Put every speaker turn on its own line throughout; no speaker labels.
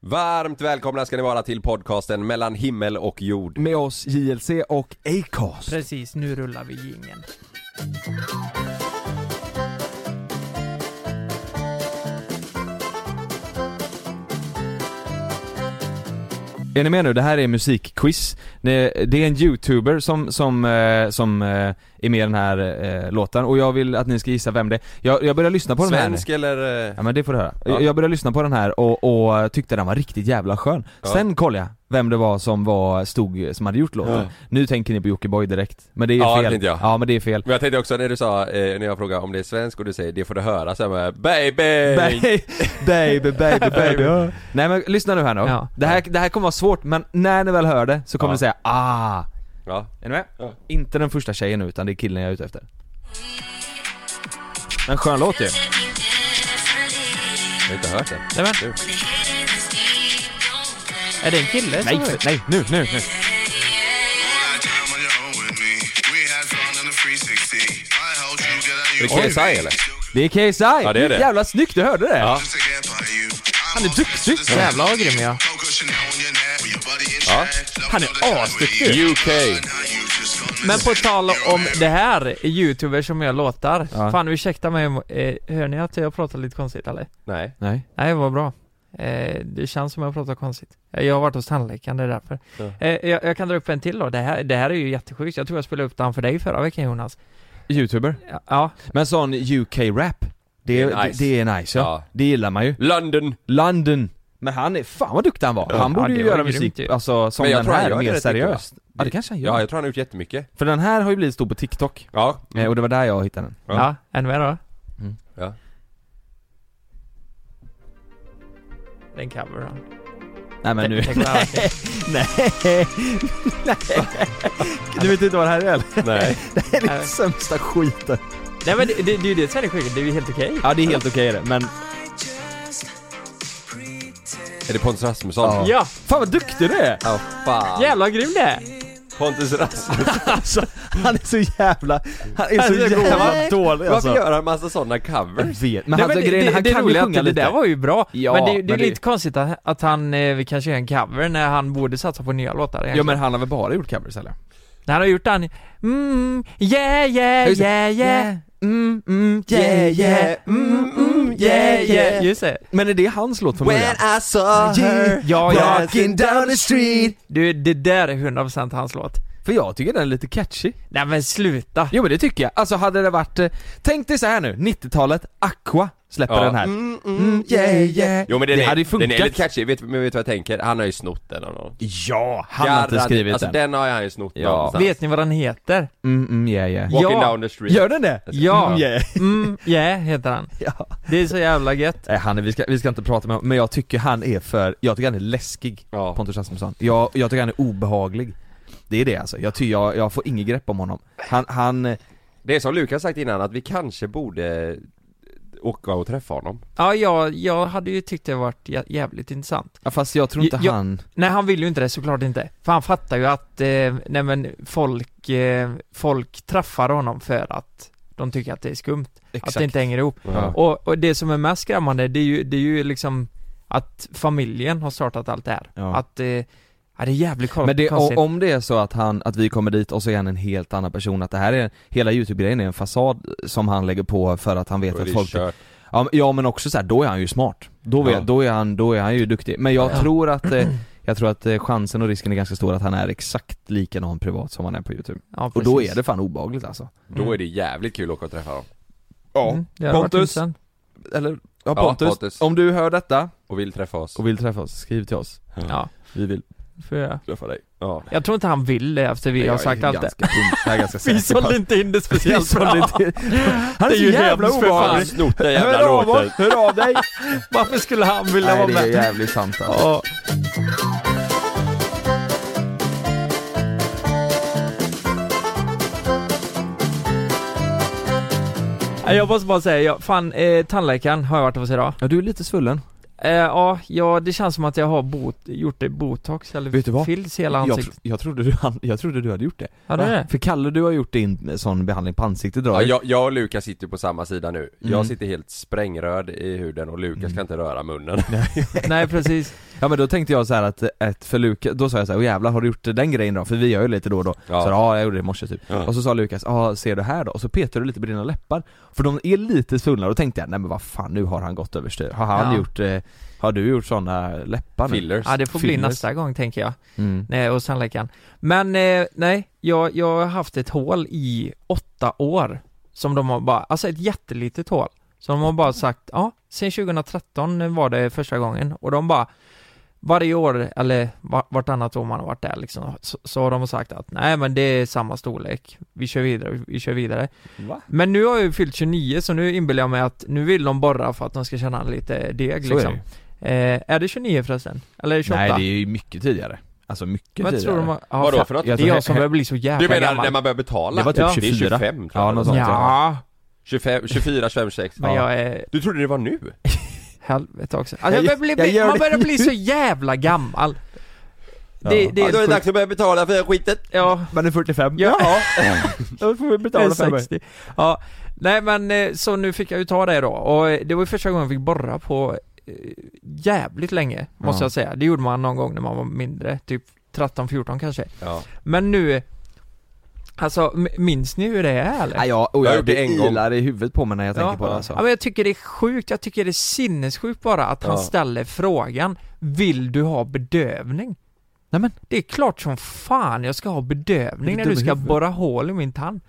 Varmt välkomna ska ni vara till podcasten mellan himmel och jord.
Med oss JLC och Acast.
Precis, nu rullar vi jingeln.
Är ni med nu? Det här är musikquiz. Det det är en youtuber som, som, eh, som eh, är med i den här eh, låten och jag vill att ni ska gissa vem det är. Jag, jag började lyssna på den här.
Svensk eller? eh,
Ja men det får du höra.
Ja.
Jag började lyssna på den här och, och tyckte den var riktigt jävla skön.
Ja.
Sen kollade jag vem det var som var, stod, som hade gjort låten.
Ja.
Nu tänker ni på Jockiboi direkt. Men det är
Ja, det
fel.
tänkte jag.
Ja men det är fel.
Men jag tänkte också när du sa, eh, när jag frågade om det är svensk och du säger det får du höra, så här med baby!
Baby, baby, baby, baby. ja. Nej men lyssna nu här nu.
Ja.
Det, här, det här kommer vara svårt men när ni väl hör det så kommer
Ja.
ni säga ah.
Ja.
Är ni med?
Ja.
Inte den första tjejen nu utan det är killen jag är ute efter. Men skön låt ju.
Jag har inte hört den.
Nämen,
Nu.
är det en kille som
Nej,
är-
för- nej, nu, nu, nu.
Är det
Oj.
KSI eller?
Det är KSI!
Ja, det är det.
Jävla snyggt, du hörde det!
Ja.
Han är duktig!
Jävlar vad grym jag
Ja.
Han är asduktig!
UK.
Men på tal om det här, youtubers som gör låtar.
Ja.
Fan ursäkta mig, eh, hör ni att jag pratar lite konstigt eller?
Nej.
Nej.
Nej, vad bra. Eh, det känns som jag pratar konstigt. Eh, Jag har varit hos tandläkaren, det är därför.
Ja.
Eh, jag, jag kan dra upp en till då. Det här, det här är ju jättesjukt. Jag tror jag spelade upp den för dig förra veckan Jonas.
Youtuber.
Ja, Ja,
Men sån UK-rap. Det,
Det
är
är
det,
nice.
det är nice ja.
Ja.
Det gillar man ju.
London.
London. Men han är, fan vad duktig han var. Han
Ja,
borde
det
ju
var
göra
grymt
musik,
ju.
alltså som
Men jag
den
tror han
här,
gör
mer
rätt mycket,
seriöst.
va?
Ja det kanske han gör.
Ja, jag tror han har gjort jättemycket.
För den här har ju blivit stor på TikTok.
Ja.
Eh, Och det var där jag hittade den.
Ja.
ja. är ni med då?
Ja.
Det är en cover då.
Nej men nu...
Tänk- tänk vad jag-
Nej! Nej! Du vet inte vad det här är eller?
Nej.
Det är den
Nej.
sämsta skiten.
Nej men det, det, det är ju det som är det sjuka, det är ju helt okej.
Ja det är helt okej det, men...
Är det Pontus Rasmusson?
Ja.
Ja,
Fan vad duktig du är!
Ja, fan.
jävlar vad grym det är!
Pontus Rasmusson.
Alltså, han är så jävla... Han är
Han är så
så jävla
god.
dålig
Varför
alltså.
gör han massa sådana covers?
vet. Men
Nej,
alltså,
men det,
grejen,
det,
han
det
kan ju
roliga är
sjunga
att det
lite.
där var ju bra,
Ja,
men det, det är
men det-
lite konstigt att, att han eh, kanske gör en cover när han borde satsa på nya låtar egentligen.
Ja men han har väl bara gjort covers eller?
När han har gjort den, mm, yeah yeah
Just det.
yeah yeah
Mm, mm,
Mm, Just det.
Men är det hans låt från början?
I saw
Ja, ja.
Walking down the street
Du, det där är 100% hans låt.
För jag tycker den är lite catchy
Nej men sluta.
Jo men det tycker jag, alltså hade det varit eh, Tänk dig så här nu, 90-talet, Aqua släpper
Ja.
den här Mm, yeah, yeah.
Jo men den,
Det
är,
hade ju
den är
funkat.
lite catchy, vet, men vet du vad jag tänker? Han har ju snott den av någon
Ja, han har inte
Garrad-
skrivit
alltså,
den
den har han ju snott
Ja.
någonstans
Vet ni vad den heter?
mm, mm, yeah, yeah.
Walking
Ja.
down the street
Gör den det?
Ja.
Mm, yeah.
Mm, yeah heter han.
ja.
Det är så jävla gött.
Nej, han är, vi, ska, vi ska inte prata med honom, men jag tycker han är för, jag tycker han är läskig
Ja.
Pontus Rasmusson. Jag, jag tycker han är obehaglig Det är det alltså, jag, ty, jag, jag får inget grepp om honom Han, han, eh,
Det är som Lukas sagt innan, att vi kanske borde åka och träffa honom
Ja, jag, jag hade ju tyckt det varit jä- jävligt intressant.
ja, fast jag tror inte
Jag-
han
Nej, han vill ju inte det såklart inte. För han fattar ju att, eh, nej men folk, eh, folk träffar honom för att de tycker att det är skumt. Att det inte hänger ihop.
Ja.
Och, och det som är mest skrämmande, det är ju, det är ju liksom att familjen har startat allt det här.
Ja.
Att, eh, ja det är jävligt kon-
Men det, o-
konstigt.
om det är så att han, att vi kommer dit och så är han en helt annan person, att det här är, hela youtube-grejen är en fasad som han lägger på för att han vet
Och
att
det är
folk...
kört.
Ja, men- ja men också så här, då är han ju smart. Då, vet,
Ja.
då, är, han, då är han ju duktig. Men jag
Ja.
tror att, eh, jag tror att eh, chansen och risken är ganska stor att han är exakt likadan privat som han är på youtube.
ja,
Och då
precis.
är det fan obehagligt alltså.
Då är det jävligt kul att åka och träffa honom
Mm, det hade varit
Pontus.
intressant.
Eller, ja
Pontus,
Pontus, om du hör detta
och vill träffa oss
och vill träffa oss, skriv till oss.
Ja,
Vi vill
för jag.
träffa dig.
Ja.
jag tror inte han vill det efter vi
Jag
har
är
sagt allt det.
ganska punk- Jag är ganska
Vi
säker på
sålde
att-
inte in det
Vi
speciellt
sålde
bra.
inte... Han är
Det
så
är ju
jävla
hemskt för
Han har
fan.
obehaglig!
snott den jävla
Hör av,
låten
oss, hör av dig!
Varför skulle han vilja
Nej
vara
det är
med?
jävligt sant alltså.
Ja. Nej, Jag måste bara säga, jag, fan eh, tandläkaren har jag varit hos idag.
Ja du är lite svullen.
Eh, ja, ja, det känns som att jag har bot, gjort det botox eller
Vet du vad?
fills i hela
Jag,
ansiktet.
tro, jag, trodde du, han- jag trodde du hade gjort det.
Ja, det är det.
För Kalle du har gjort din eh, sån behandling på ansiktet
Ja,
drar
jag, jag och Lukas sitter på samma sida nu.
Mm.
Jag sitter helt sprängröd i huden och Lukas
Mm.
kan inte röra munnen.
Nej precis.
Ja men då tänkte jag så här att, ett för Lukas, då sa jag så här, åh jävlar har du gjort den grejen då? För vi gör ju lite då och då.
Ja.
Så ja, jag gjorde det i morse typ.
Ja.
Och så sa Lukas, ja ser du här då? Och så petade du lite på dina läppar. För de är lite svullna, då tänkte jag, nej men vad fan nu har han gått överstyr. Har han
Ja.
gjort, eh, har du gjort sådana läppar nu?
Fillers.
Ja det får bli
Fillers.
nästa gång tänker jag,
Mm.
nej, hos tandläkaren. Men eh, nej, jag, jag har haft ett hål i åtta år Som de har bara, alltså ett jättelitet hål Så de har bara sagt, ja, sen 2013 var det första gången och de bara varje år, eller va- vartannat år man har varit där liksom, så, så har de sagt att nej men det är samma storlek, vi kör vidare, vi kör vidare
Va?
Men nu har jag ju fyllt 29 så nu inbillar jag mig att nu vill de borra för att de ska känna lite deg
Så
liksom.
är det ju.
Eh, är det 29 förresten? Eller är det 28?
Nej det är ju mycket tidigare. Alltså mycket
Men jag
tidigare.
tror de har, ja,
Vadå
fan,
för något?
Det är jag som börjar bli så
Du
jävla
menar
gammal.
när man börjar betala?
Det var typ
ja.
24.
Det är 25 tror
Ja,
jag.
något sånt.
Ja,
25, 24, 25, 26.
men
Ja.
jag är
Du trodde det var nu?
helvete också.
Jag
Alltså, jag
gör-
börjar
jag
bli,
gör
man
det.
börjar bli så jävla gammal.
Ja.
Det, det
ja, då är
är
det
sjukt.
dags att börja betala för skiten.
Ja,
Man är 45.
ja.
Då får vi
Det är 60. Ja, nej men eh, så nu fick jag ju ta det då och eh, det var ju första gången jag fick borra på eh, jävligt länge måste
Ja.
jag säga. Det gjorde man någon gång när man var mindre, typ 13-14 kanske.
Ja.
Men nu, alltså m- minns ni hur det är eller?
Ja, jag, och
Jag har
jag,
gjort det
det
en gång.
ilar i huvudet på mig när jag
Ja.
tänker på det alltså.
Ja men jag tycker det är sjukt, jag tycker det är sinnessjukt bara att han
Ja.
ställer frågan Vill du ha bedövning?
Nej, men-
Det är klart som fan jag ska ha bedövning
Är du
när du
dum i
ska
huvudet?
borra hål i min tand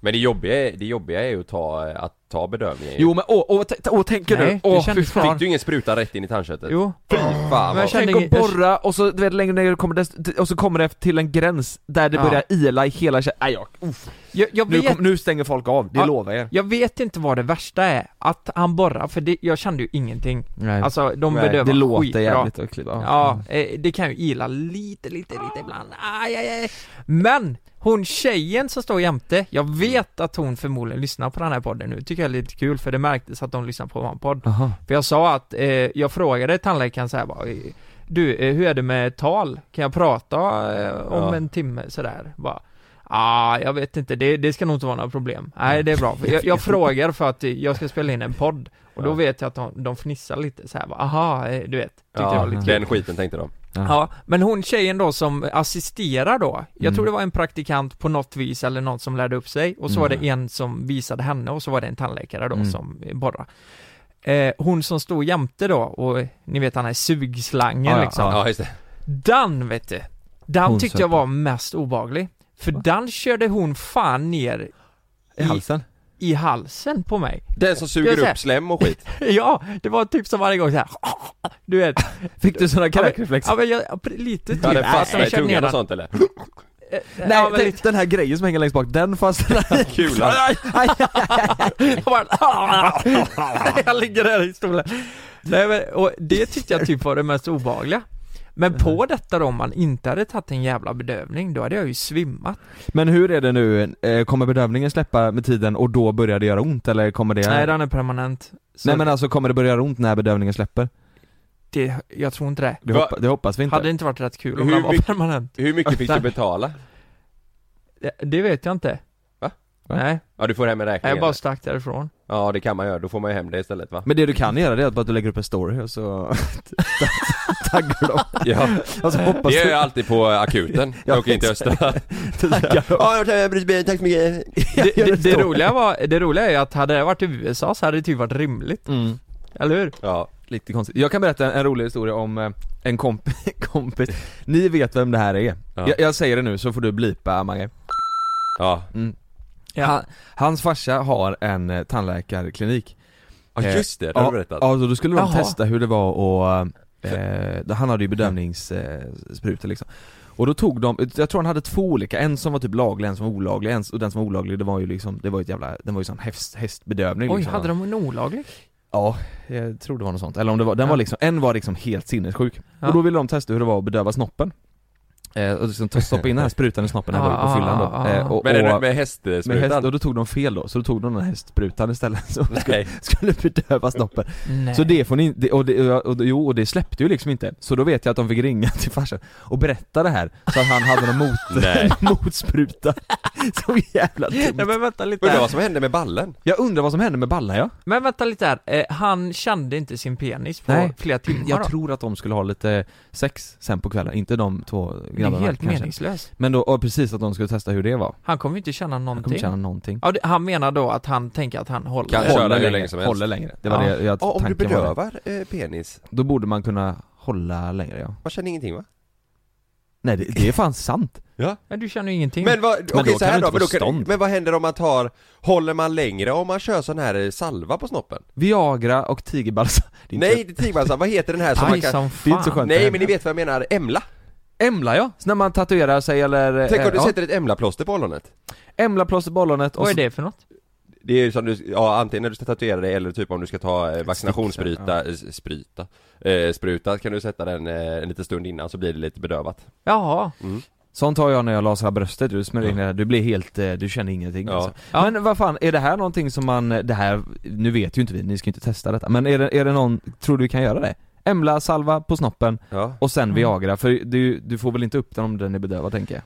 Men det jobbiga, är- det jobbiga är ju att ta, eh, att ta bedövningen.
Jo men åh, åh, t- t- åh tänker
Nej,
du?
det
Åh
kändes
fy fan.
klart.
Fick du ingen spruta rätt in i tandköttet?
Jo,
Fy fan vad...
Men jag kände
Tänk att
ingen- jag-
borra och så, du vet, längre ner kommer det, och så kommer det till en gräns där det
Ja.
börjar ila i hela kä- Nej, jag, uff.
jag, jag
nu,
vet
kom, nu stänger folk av, det
Ja.
lovar jag
Jag vet inte vad det värsta är, att han borrar, för det, jag kände ju ingenting
Nej,
Alltså de
Nej,
bedövar
det låter
skitbra.
jävligt och kliva.
Ja, eh, det kan ju ila lite, lite, lite ibland, aj, aj, aj. Men! Hon tjejen som står jämte, jag vet att hon förmodligen lyssnar på den här podden nu, tycker jag är lite kul för det märktes att de lyssnar på vår podd
Aha.
För jag sa att, eh, jag frågade tandläkaren så här bara, eh, Du, eh, hur är det med tal? Kan jag prata eh, om
Ja.
en timme sådär? Bara, ah, jag vet inte, det, det ska nog inte vara några problem. Nej, det är bra. För Jag, jag frågar för att eh, jag ska spela in en podd och då
Ja.
vet jag att de, de fnissar lite så här, bara, aha, eh, du vet. Tyckte jag var lite kul.
den skiten tänkte de.
Ja, men hon tjejen då som assisterar då, jag
Mm.
tror det var en praktikant på något vis eller någon som lärde upp sig och så var det en som visade henne och så var det en tandläkare då
Mm.
som borrade. Eh, hon som stod jämte då och eh, ni vet han här sugslangen
Ja, ja,
liksom.
Ja, just det.
Den vet du, den
Hon
tyckte
söp
jag var mest obaglig. För den körde hon fan ner
I halsen?
i halsen på mig.
Den som
Jag
suger
säger-
upp slem och skit.
ja, det var typ som varje gång så här. du vet.
Fick du sådana
Ja, men-
kräkreflexer?
Ja men jag, lite typ.
Ja, den
Nej,
fastnar
jag
i
körde ner
tungan och
den.
sånt eller?
Eh,
Nej,
ja, men
tänk-
lite-
den här grejen som hänger längst bak, den fastnar i
Kulan.
Aj, aj, aj.
Och bara, ah, jag ligger där i stolen. Nej, men, och det tyckte jag typ var det mest obehagliga. Men på detta då, om man inte hade tagit en jävla bedövning, då hade jag ju svimmat.
Men hur är det nu, Eh, kommer bedövningen släppa med tiden och då börjar det göra ont eller kommer det...
Nej, den är permanent. Så
Nej men alltså kommer det börja göra ont när bedövningen släpper?
det, jag tror inte det.
Det,
Va-
hoppa, det hoppas vi inte.
Hade det inte varit rätt kul om
Hur
den var
mycket-
permanent?
Hur mycket fick du betala?
Det, det vet jag inte.
Va?
Va?
Nej,
Ja, du får hem en räkning.
jag bara
eller?
stack därifrån.
Ja, det kan man göra. Då får man ju hem det istället va?
Men det du kan göra det är att bara att du lägger upp en story och så taggar dem.
Ja,
Och så
det
hoppas
gör jag
du
alltid på akuten. Jag
Ja,
åker in till Östra.
taggar dem.
Ja, jag tar bröstbenet, tack så mycket.
Det, det, det, roliga var, det roliga är ju att hade det varit i USA så hade det typ varit rimligt,
Mm,
eller hur?
Ja,
lite konstigt. Jag kan berätta en, en rolig historia om eh, en komp kompis. Ni vet vem det här är.
Ja.
Jag, jag säger det nu så får du blipa Mange.
ja.
Han, hans farsa har en eh, tandläkarklinik.
Ja,
Eh,
just det. Det har du
ja,
berättat.
ja, så då skulle de
Jaha.
testa hur det var att, eh, han hade ju bedövningssprutor liksom. Och då tog de, jag tror han hade två olika, en som var typ laglig, en som var olaglig, en, och den som var olaglig det var ju liksom, det var ju ett jävla, den var ju sån häst, hästbedövning
Oj,
liksom.
hade de en olaglig?
Ja, jag tror det var något sånt. Eller om det var, den
Ja.
var liksom, en var liksom helt sinnessjuk.
Ja.
Och då ville de testa hur det var att bedöva snoppen. Eh, och liksom ta- stoppa in den här sprutan i snoppen här
Ah,
på fyllan då.
ah,
Eh,
ah.
och,
Men är det
och,
med
med häst,
hästsprutan?
och då tog de fel då, så då tog de den här hästsprutan istället som
Nej.
skulle bedöva snoppen.
Nej.
Så det får ni inte, och, det, och, jag- och, jo, och det släppte ju liksom inte. Så då vet jag att de fick ringa till farsan och berätta det här, så att han hade någon mot,
Nej.
motspruta. Så jävla
Nej,
dumt.
men vänta lite
Undrar
här.
vad som hände med ballen?
Jag undrar vad som hände med Balla ja?
Men vänta lite här, eh, han kände inte sin penis på
Nej.
flera timmar
Jag
då?
tror att de skulle ha lite sex sen på kvällen, inte de två
Det är
grabbarna
helt
kanske.
meningslöst.
Men då, och precis att de skulle testa hur det var.
Han kommer ju inte känna
Jag kommer
någonting.
inte känna någonting.
Ja, det, han menar då att han tänker att han håller.
Kan
Håller.
köra hur
längre,
länge som helst.
håller längre. Det var
Ja.
det jag
Ja, om du
tanken var det.
bedövar eh, penis,
Då borde man kunna hålla längre ja.
man känner ingenting va?
Nej det, det är fan sant.
Ja, du känner ju ingenting.
Men vad,
då
okej
kan
så här
du
då,
inte
men, då
få
kan,
stånd.
men vad händer om man tar, håller man längre om man kör sån här eh, salva på snoppen?
Viagra och tigerbalsam. Det är inte-
Nej, det är tigerbalsam, vad heter den här som
Aj,
man kan...
som
det är
fan.
inte så skönt.
Nej men ni vet vad jag menar, emla!
Emla ja, så när man tatuerar sig eller...
Tänk
eh,
om du
ja.
sätter ett emlaplåster på ollonet?
Emlaplåster på ollonet och
Vad är
så-
det för något?
Det är ju som du, ja antingen när du ska tatuera dig eller typ om du ska ta eh, vaccinationsspruta, eh, s- spruta, eh, spruta kan du sätta den eh, en liten stund innan så blir det lite bedövat
Jaha.
Sånt har jag när jag lasrar bröstet, du smörjer in det här, du blir helt, eh, du känner ingenting
Ja.
alltså. Men vad fan, är det här någonting som man, eh, det här, nu vet ju inte vi, ni ska ju inte testa detta, men är det, är det någon, tror du vi kan göra det? Emla, salva på snoppen
Ja
och sen Viagra, för du, du får väl inte upp den om den är bedövad tänker jag?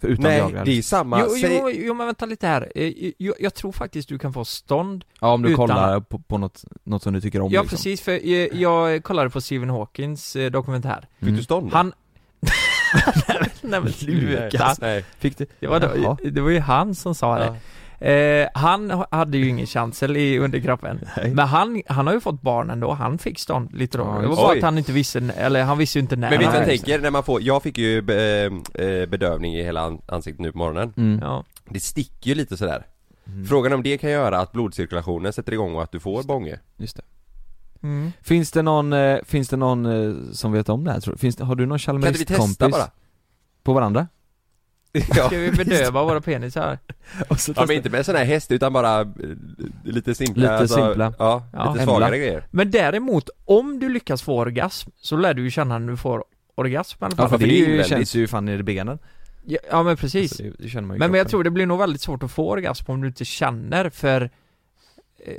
För utan
Nej,
Viagra? liksom.
det är samma,
Jo,
säg,
jo, jo, men vänta lite här. Eh, Jag, jag tror faktiskt du kan få stånd.
Ja om du
utan-
kollar på, på något, något som du tycker om
Ja,
liksom.
precis, för jag, jag kollade på Stephen Hawkins eh, dokumentär.
fick
Mm.
du stånd?
Han... Nej men sluta.
Nej.
Fick du?
Det var,
Jaha.
då, det var ju han som sa det. Eh, han ha- hade ju ingen chansel i underkroppen.
Nej.
Men han, han har ju fått barn ändå, han fick stånd lite då.
Ja,
det var
just
bara
det.
att han inte visste, n- eller han visste ju inte när.
Men vet du vad
han
jag
fick
tänker när man får, jag fick ju be, eh, bedövning i hela an- ansiktet nu på morgonen
Mm.
stånd. Ja.
Det sticker ju lite sådär Frågan om det kan göra att blodcirkulationen sätter igång och att du får bånge?
Just det.
Mm.
Finns det någon, eh, finns det någon eh, som vet om det här tror du? Finns det, har du någon
Kan inte vi testa
Chalmerist-kompis?
bara?
På varandra?
Ja.
Ska vi bedöva våra penisar?
ja men inte med sån här häst utan bara eh, lite simpla alltså,
Lite simpla.
Ja,
Ja.
lite
Emla.
svagare grejer
Men däremot, om du lyckas få orgasm, så lär du ju känna när du får orgasm i alla
Ja
fall.
för
för
det,
det är
ju,
invändigt.
känns ju fan i benen.
Ja, ja men precis.
Alltså, det, det känner man ju i
Men, men jag
kroppen.
tror det blir nog väldigt svårt att få orgasm om du inte känner för, eh,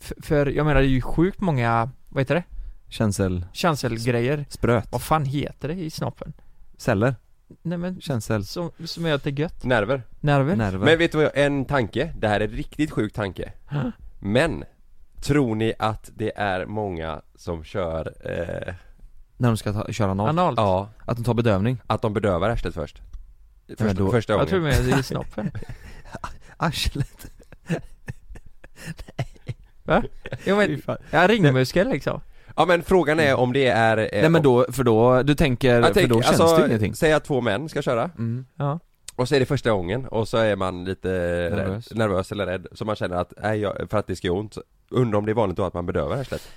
för, för jag menar det är ju sjukt många, vad heter det?
Känsel,
Känselgrejer.
spröt,
Vad fan heter det i snoppen?
celler,
Nej men,
känsel,
som, som gör att det är gött.
Nerver
Nerver?
nerver.
Men vet du vad, jag- en tanke, det här är en riktigt sjuk tanke
Huh?
Men, tror ni att det är många som kör, eh,
När de ska ta, köra något.
Analt?
ja,
Att de tar bedövning.
att de bedövar arslet först? Första,
men då-
första
Jag tror
gången?
mer det är i snoppen.
Arslet.
Jo men, ja, ringmuskel liksom.
Ja men frågan är om det är... eh,
Nej men
om-
då, för då, du tänker,
jag
för
tänker,
då känns
alltså,
det ingenting.
Säg att två män ska köra,
Mm.
Ja.
och så är det första gången och så är man lite nervös,
Nervös.
rädd, nervös eller rädd, så man känner att, nej jag, för att det ska göra ont Undrar om det är vanligt då att man bedövar arslet?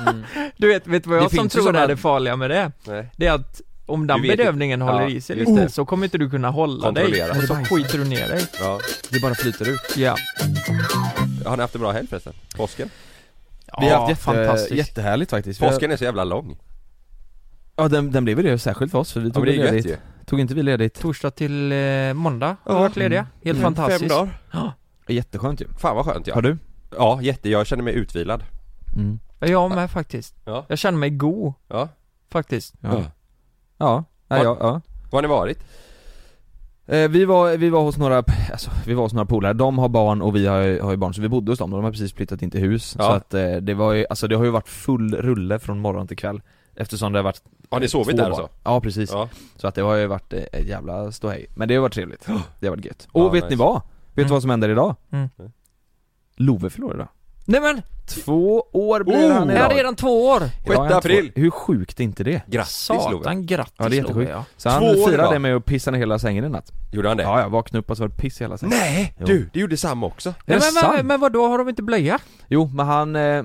Mm.
Du vet, vet du vad
Det
jag som
finns ju
tror
sådana-
är det farliga med det?
Nej
Det är att om
Du
den
vet ju-
bedövningen håller
Ja,
i sig
just
lite
det.
så kommer inte du kunna hålla dig
Kontrollera.
och så skiter du ner dig.
Ja,
Det bara flyter ut.
Ja.
har ni haft en bra helg förresten? Påsken?
Vi har
Ja,
haft jätte,
fantastiskt.
jättehärligt faktiskt. Vi har-
Påsken är så jävla lång
Ja den, den blev ju det särskilt för oss för vi
Ja men
tog,
det
väl
är gött
ledigt.
ju
tog inte vi ledigt.
Torsdag till eh, måndag har
Ja.
varit lediga. Helt
Mm.
fantastiskt.
Fem dagar
Jätteskönt ju.
Fan vad skönt ja
Har du?
Ja, jätte, jag känner mig utvilad
Mm.
Ja, Jag med faktiskt.
Ja.
Jag känner mig god
Ja,
faktiskt.
Ja. Ja. Ja, ja, ja.
Var har ni varit?
Eh, Vi var, vi var hos några, alltså, vi var hos några polare, de har barn och vi har, ju- har ju barn så vi bodde hos dem, de har precis flyttat in till hus
Ja.
Så att eh, det var ju, alltså det har ju varit full rulle från morgon till kväll Eftersom det har varit
Har ni sovit
Eh, två
där
barn.
alltså?
Ja precis,
Ja.
så att det har ju varit eh, ett jävla ståhej Men det har varit trevligt, det har varit gött Och
Ja,
vet ni
nice.
vad? Vet du
Mm.
vad som händer idag?
Mm.
Love förlorar idag
Nej men!
Två år blir
Oh!
han
Jag
idag!
är redan två år!
Idag är han
6 april.
Två, hur sjukt är inte det?
Grattis Love!
Satan, grattis
Ja, det är jättesjukt.
Love, ja.
Så han
Två år
firade
idag.
det med att pissa ner hela sängen i natt
Gjorde han det?
Ja, jag vaknade upp och så var det piss i hela sängen
Nej!
Jo.
Du, det gjorde Sam också!
Är
Nej,
det
men,
sant?
men, men vadå, har de inte blöja?
Jo, men han... Eh, eh,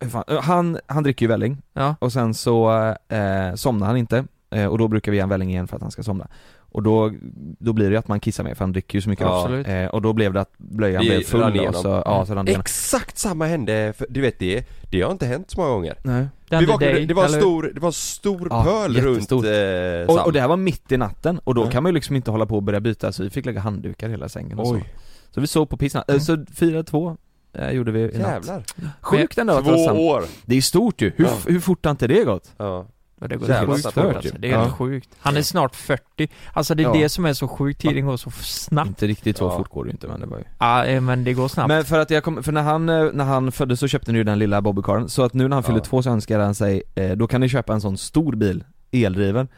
hur fan, eh, han, han dricker ju välling
Ja.
och sen så eh, somnar han inte. Eh, Eh, och då brukar vi ge han välling igen för att han ska somna. Och då, då blir det ju att man kissar mer för han dricker ju så mycket
Ja.
då.
Absolut.
Eh, och då blev det att blöjan
Det
blev
rann
full och
igenom. Eh,
så, ja så rann det igenom.
Exakt samma hände, för, du vet det, det har inte hänt så många gånger
Nej.
Den
Vi
är
vaknade,
dig,
det var en
eller hur?
stor, det var en stor
Ja,
pöl runt
jättestor.
eh,
Och,
Sam
och det här var mitt i natten och då
Ja.
kan man ju liksom inte hålla på och börja byta så vi fick lägga handdukar i hela sängen och så.
Oj,
Så vi sov på pissnatt, Eh, så 4-2 eh, gjorde vi i natt.
jävlar!
Sjukt ändå att det
Två
var sant.
år!
Det är stort ju, hur,
Ja.
hur fort har inte det gått?
Ja.
Ja, det går
Jävla
helt
snabbt
stört
ju.
alltså. Det är helt
Ja.
sjukt. Han är snart 40. Alltså det är
Ja.
det som är så sjukt, tiden går så snabbt.
Inte riktigt så
Ja.
fort går det ju inte men det var
Mm.
ju
Ja, eh, men det går snabbt.
Men för att jag kom, för när han, eh, när han föddes så köpte ni ju den lilla bobbykaren, så att nu när han fyller
Ja.
två så önskar han sig, eh, då kan ni köpa en sån stor bil, eldriven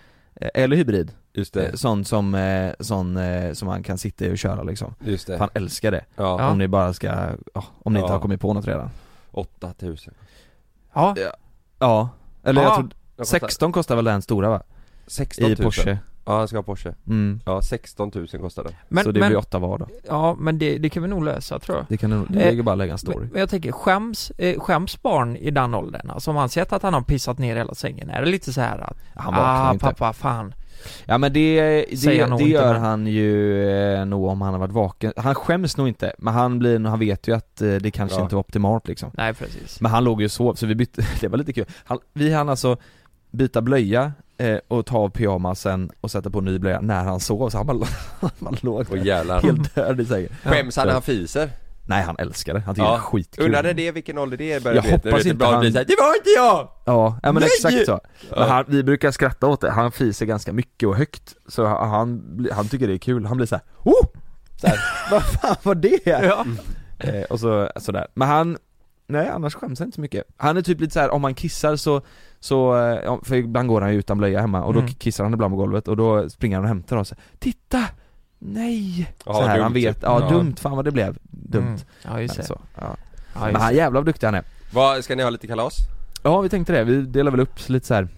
eh, eller hybrid,
Just
eh, sån som, eh, sån eh, som han kan sitta i och köra liksom.
just det
Han älskar det,
Ja,
Ja.
om ni bara ska, ja, om ni inte
Ja.
har kommit på något redan
8000
ja,
Ja, eller
Ja.
jag tror, 16 kostar väl den stora va?
16
I
000
Porsche
Ja han ska ha Porsche
mm.
Ja 16 000 kostar den
Så
men,
det blir
men,
åtta var då
ja, men det, det kan vi nog lösa tror jag.
Det kan du nog, det
Eh,
är ju bara att lägga en story
Men, men jag tänker, skäms, eh, skäms barn i den åldern? Alltså om han sett att han har pissat ner hela sängen, är det lite så här att
Han vaknar
ah,
inte
pappa, fan.
Ja men det,
Säger
det,
han nog
det
inte,
gör
men-
han ju eh, nog om han har varit vaken Han skäms nog inte, men han blir, han vet ju att eh, det kanske
Ja.
inte var optimalt liksom
Nej precis.
Men han låg ju och sov, så vi bytte, det var lite kul han, Vi hann alltså byta blöja eh, och ta av pyjamasen och sätta på en ny blöja när han sov, så han bara, han bara låg
Och
där,
jävlar
helt död i sängen
Skäms han när
Ja.
han fiser?
Nej han älskar det, han tycker
Ja.
det är skitkul
Undrade det vilken ålder det är börjar
Jag
du vet,
hoppas
du vet,
inte
ibland
han-
blir det så här, Det var inte jag!
Ja, ja men
Nej!
exakt så.
Ja.
Men han, vi brukar skratta åt det, han fiser ganska mycket och högt Så han, han, blir- han tycker det är kul, han blir såhär oh! Så här, Vad fan var det?
Ja.
Eh, och så, sådär, men han Nej annars skäms han inte så mycket Han är typ lite så här om man kissar så, så, eh, ja, för ibland går han ju utan blöja hemma och då
Mm.
kissar han ibland på golvet och då springer han och hämtar och säger Titta! Nej!
Ja,
så här,
dumt,
han vet,
typ.
ja,
Ja.
dumt, fan vad det blev, dumt
Mm. Ja just
Men,
det.
så, ja.
Ja,
men
just
han
det.
jävlar vad duktig han är
Vad, ska ni ha lite kalas?
Ja vi tänkte det, vi delar väl upp lite så här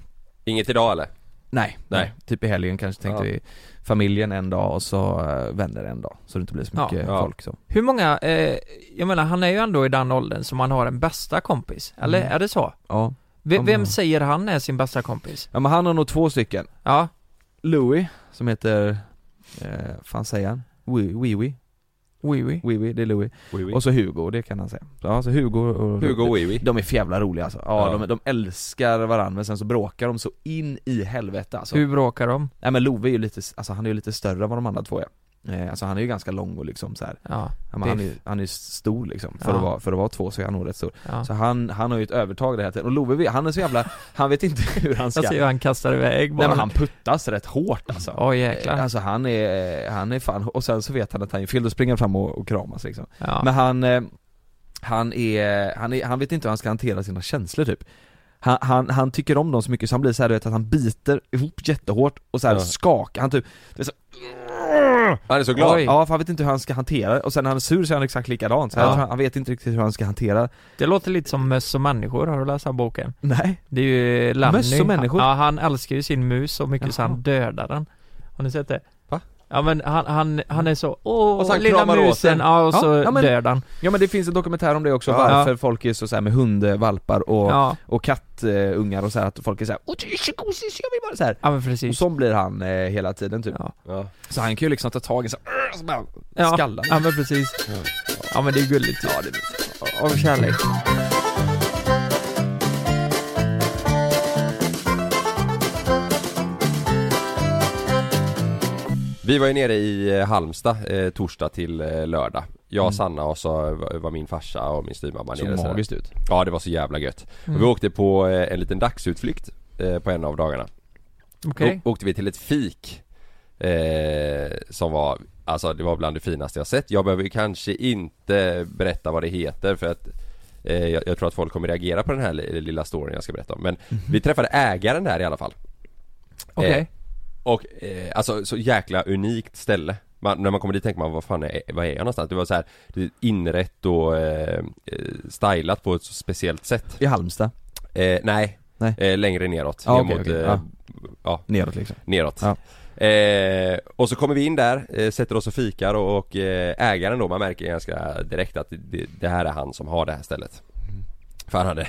Inget idag eller?
Nej,
Nej.
nej. Typ i helgen kanske tänkte
Ja.
vi familjen en dag och så eh, vänner en dag. Så det inte blir så
Ja,
mycket
ja.
folk så.
Hur många, eh, jag menar han är ju ändå i den åldern som han har en bästa kompis, eller
Mm.
är det så?
Ja.
V-
Ja,
vem
men-
säger han är sin bästa kompis?
ja men han har nog två stycken.
Ja,
Louis, som heter, eh, fan säger han? Wee- Wee Wee,
oui, oui.
Wee Wee, det är Louis. Och så Hugo, det kan han säga. Ja, så Hugo och
Hugo och Wiwi
De är för jävla roliga alltså. Ja,
Ja.
De, de älskar varandra men sen så bråkar de så in i helvete alltså.
Hur bråkar de?
Nej men Love är ju lite, alltså han är ju lite större än vad de andra två är. Eh, alltså han är ju ganska lång och liksom så här.
Ja,
Ja, men han, är, ju- han är ju stor liksom. För,
Ja.
att vara, för att vara två så är han nog vet stor.
ja.
Så han, han har ju ett övertag där hela tiden, och Love, vet- han är så jävla, han vet inte hur han ska
Jag ser hur han kastar iväg
Nej
bara.
men han puttas rätt hårt alltså
Åh jäklar.
Alltså han är, han är fan, och sen så vet han att han är fel, då springer han fram och, och kramas liksom
Ja.
Men han, eh, han är, han är, han vet inte hur han ska hantera sina känslor typ han, han, han tycker om dem så mycket så han blir så här, du vet att han biter ihop jättehårt och så här
Ja.
skakar, han typ
Han är så glad
Oj.
Ja för han vet inte hur han ska hantera det. och sen när han är sur så är han exakt likadan så här,
Ja.
han, han vet inte riktigt hur han ska hantera
Det låter lite som möss och människor, har du läst den här boken?
Nej
Det är ju Lemmy
Möss och människor?
Ja, han älskar ju sin mus så mycket så
Jaha.
han dödar den Har ni sett det?
Va?
Ja men han, han, han är så åh,
Och så han
lilla
kramar åt
musen,
den.
ja och
Ja,
så
ja, men-
dödar han
Ja men det finns en dokumentär om det också,
Ja.
varför folk är så, så här med hundvalpar och,
ja.
och kattungar och så här, att folk är så här, "Åh, det är så gosigt, jag vill bara så här.
ja, men
Och
precis
sån blir han eh, hela tiden typ
Ja,
ja.
Så han kan ju liksom ta tag i så, här, "Åh", så bara,
ja.
skallar
ja men precis Ja men det är gulligt Ja det är Av kärlek
Vi var ju nere i eh, Halmstad eh, torsdag till eh, lördag Jag,
Mm.
Sanna och så var- var min farsa och min styvmamma
Så
nere sådär.
magiskt ut
Ja det var så jävla gött
Mm.
Vi åkte på eh, en liten dagsutflykt eh, på en av dagarna
Okej
Då åkte vi till ett fik eh, Som var, alltså det var bland det finaste jag sett Jag behöver ju kanske inte berätta vad det heter för att eh, jag, jag tror att folk kommer reagera på den här li- lilla storyn jag ska berätta om Men vi träffade ägaren där i alla fall
Okej
Eh, Och eh, alltså så jäkla unikt ställe man, när man kommer dit tänker man vad fan är, vad är jag någonstans? Det var så här det är inrett och eh, eh, stylat på ett så speciellt sätt
I Halmstad,
eh, Nej,
Nej.
Eh, längre neråt,
Ja,
ner
okej,
mot,
okej,
eh,
ja.
ja,
neråt liksom
neråt
Ja.
eh, Och så kommer vi in där, eh, sätter oss och fikar och, och eh, ägaren då,
Mm.
man märker ganska direkt att det, det här är han som har det här stället För han hade,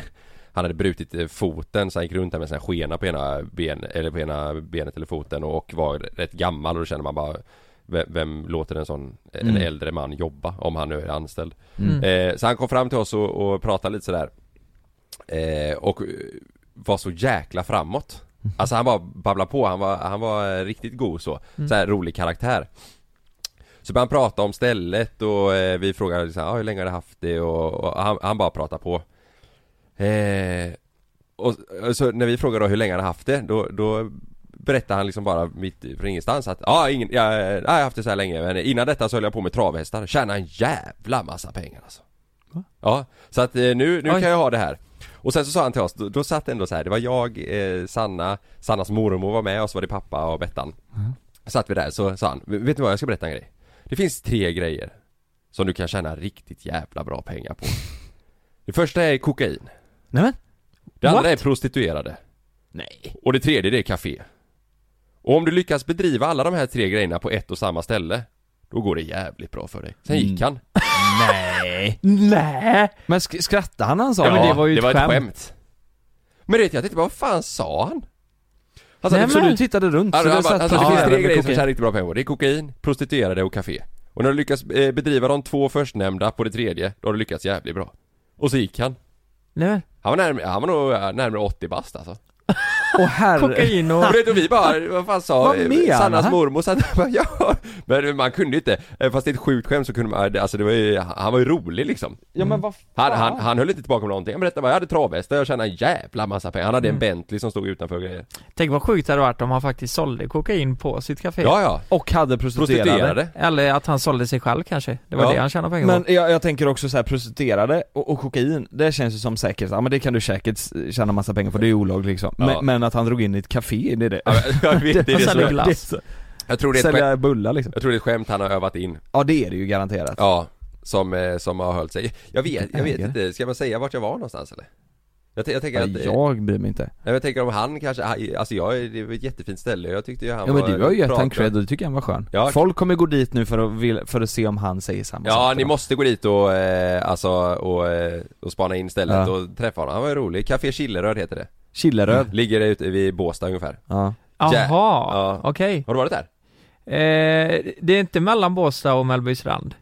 Han hade brutit eh, foten så han gick runt där med en skena på ena, ben, eller på ena benet eller foten och var rätt gammal och då känner man bara "Ve- vem låter en sån, en
Mm.
äldre man jobba om han nu är anställd?
Mm.
Eh, så han kom fram till oss och, och pratade lite sådär eh, Och eh, var så jäkla framåt Alltså han bara babblade på, han var, han var eh, riktigt god så så här rolig karaktär Så började han prata om stället och eh, vi frågade liksom, ah, hur länge har du haft det och, och han, han bara pratade på eh, Och och eh, så när vi frågade då hur länge han har haft det då, då Berättade han liksom bara mitt från ingenstans att ah, ingen, ja, eh, jag har haft det så här länge men innan detta så höll jag på med travhästar, tjänade en jävla massa pengar alltså Ja, så att eh, nu, nu
Oj.
kan jag ha det här och sen så sa han till oss, då, då satt ändå så här, det var jag, eh, Sanna, Sannas mormor var med och så var det pappa och Bettan Satt vi där så sa han, vet ni vad jag ska berätta en grej? Det finns tre grejer som du kan tjäna riktigt jävla bra pengar på Det första är kokain
Nämen.
Det andra
What?
är prostituerade
Nej.
Och det tredje det är café Och om du lyckas bedriva alla de här tre grejerna på ett och samma ställe Då går det jävligt bra för dig Sen gick han
Nej.
Nej.
Men sk- skrattade han när han sa
Ja, men det var ju ett skämt.
Men du vet jag tänkte bara, vad fan sa han? Han sa,
Nej,
"Så
Alltså, Så
du
du tittade runt?
Alltså,
så
han
du
bara, alltså,
satt
det
och-
finns
Ja,
tre
men
grejer som
okej.
tjänar riktigt bra pengar på. Det är kokain, prostituerade och café. Och när du lyckas eh, bedriva de två förstnämnda på det tredje, då har du lyckats jävligt bra. Och så gick han.
Nej men.
Han var, närmare, han var nog eh, närmare 80 bast alltså.
Åh herre.
Kokain och...
Och, det, och vi bara, vad fan sa
Vad
eh,
menar
Sannas
han?
mormor satt där och bara, ja. Men man kunde ju inte, eh, fast det är ett sjukt skämt så kunde man, alltså det var ju, han var ju rolig liksom.
Ja men vad
Han,
fan.
han, han höll inte tillbaka om någonting, han berättade bara, jag hade travhästar, jag tjänade en jävla massa pengar. Han hade en Bentley som stod utanför och grejer.
Tänk vad sjukt det hade varit om han faktiskt sålde kokain på sitt café.
Ja, ja.
Och hade prostituerade.
Prostituerade.
Eller att han sålde sig själv kanske. Det var
Ja.
det han tjänade pengar
Men
på.
jag, jag tänker också så här prostituerade och, och kokain, det känns ju som säkert, ja men det kan du säkert tjäna massa pengar på, det är ju olagligt liksom.
Ja.
Men, men att han drog in i ett café, det är det.
Ja, men Jag vet, det är det som
Han säljer
jag,
glass.
jag tror det är ett skämt.
Sälja bullar liksom.
Jag tror det är ett skämt han har övat in.
Ja det är det ju garanterat.
Ja, som, eh, som har hållit sig. Jag vet, jag vet
Ägare.
inte, ska man säga vart jag var någonstans eller? Jag, t- jag tänker
Ja,
att, eh,
jag bryr mig inte.
nej, jag tänker om han kanske, han- alltså jag, det var ett jättefint ställe jag tyckte ju han
Ja men
var-
du har ju gett han
pratade-
cred och det tycker jag var skön.
Ja.
Folk kommer gå dit nu för att, vill- för att se om han säger samma
Ja,
sak.
ni måste gå dit och, eh, alltså, och, eh, och spana in stället
Ja.
och träffa honom. Han var ju rolig. Café Killeröd heter det.
Killeröd.
Ligger ute vid Båstad ungefär.
Ja.
Jaha,
Ja. Ja.
okej.
Har du varit där?
Eh, det är inte mellan Båstad och Mellbystrand?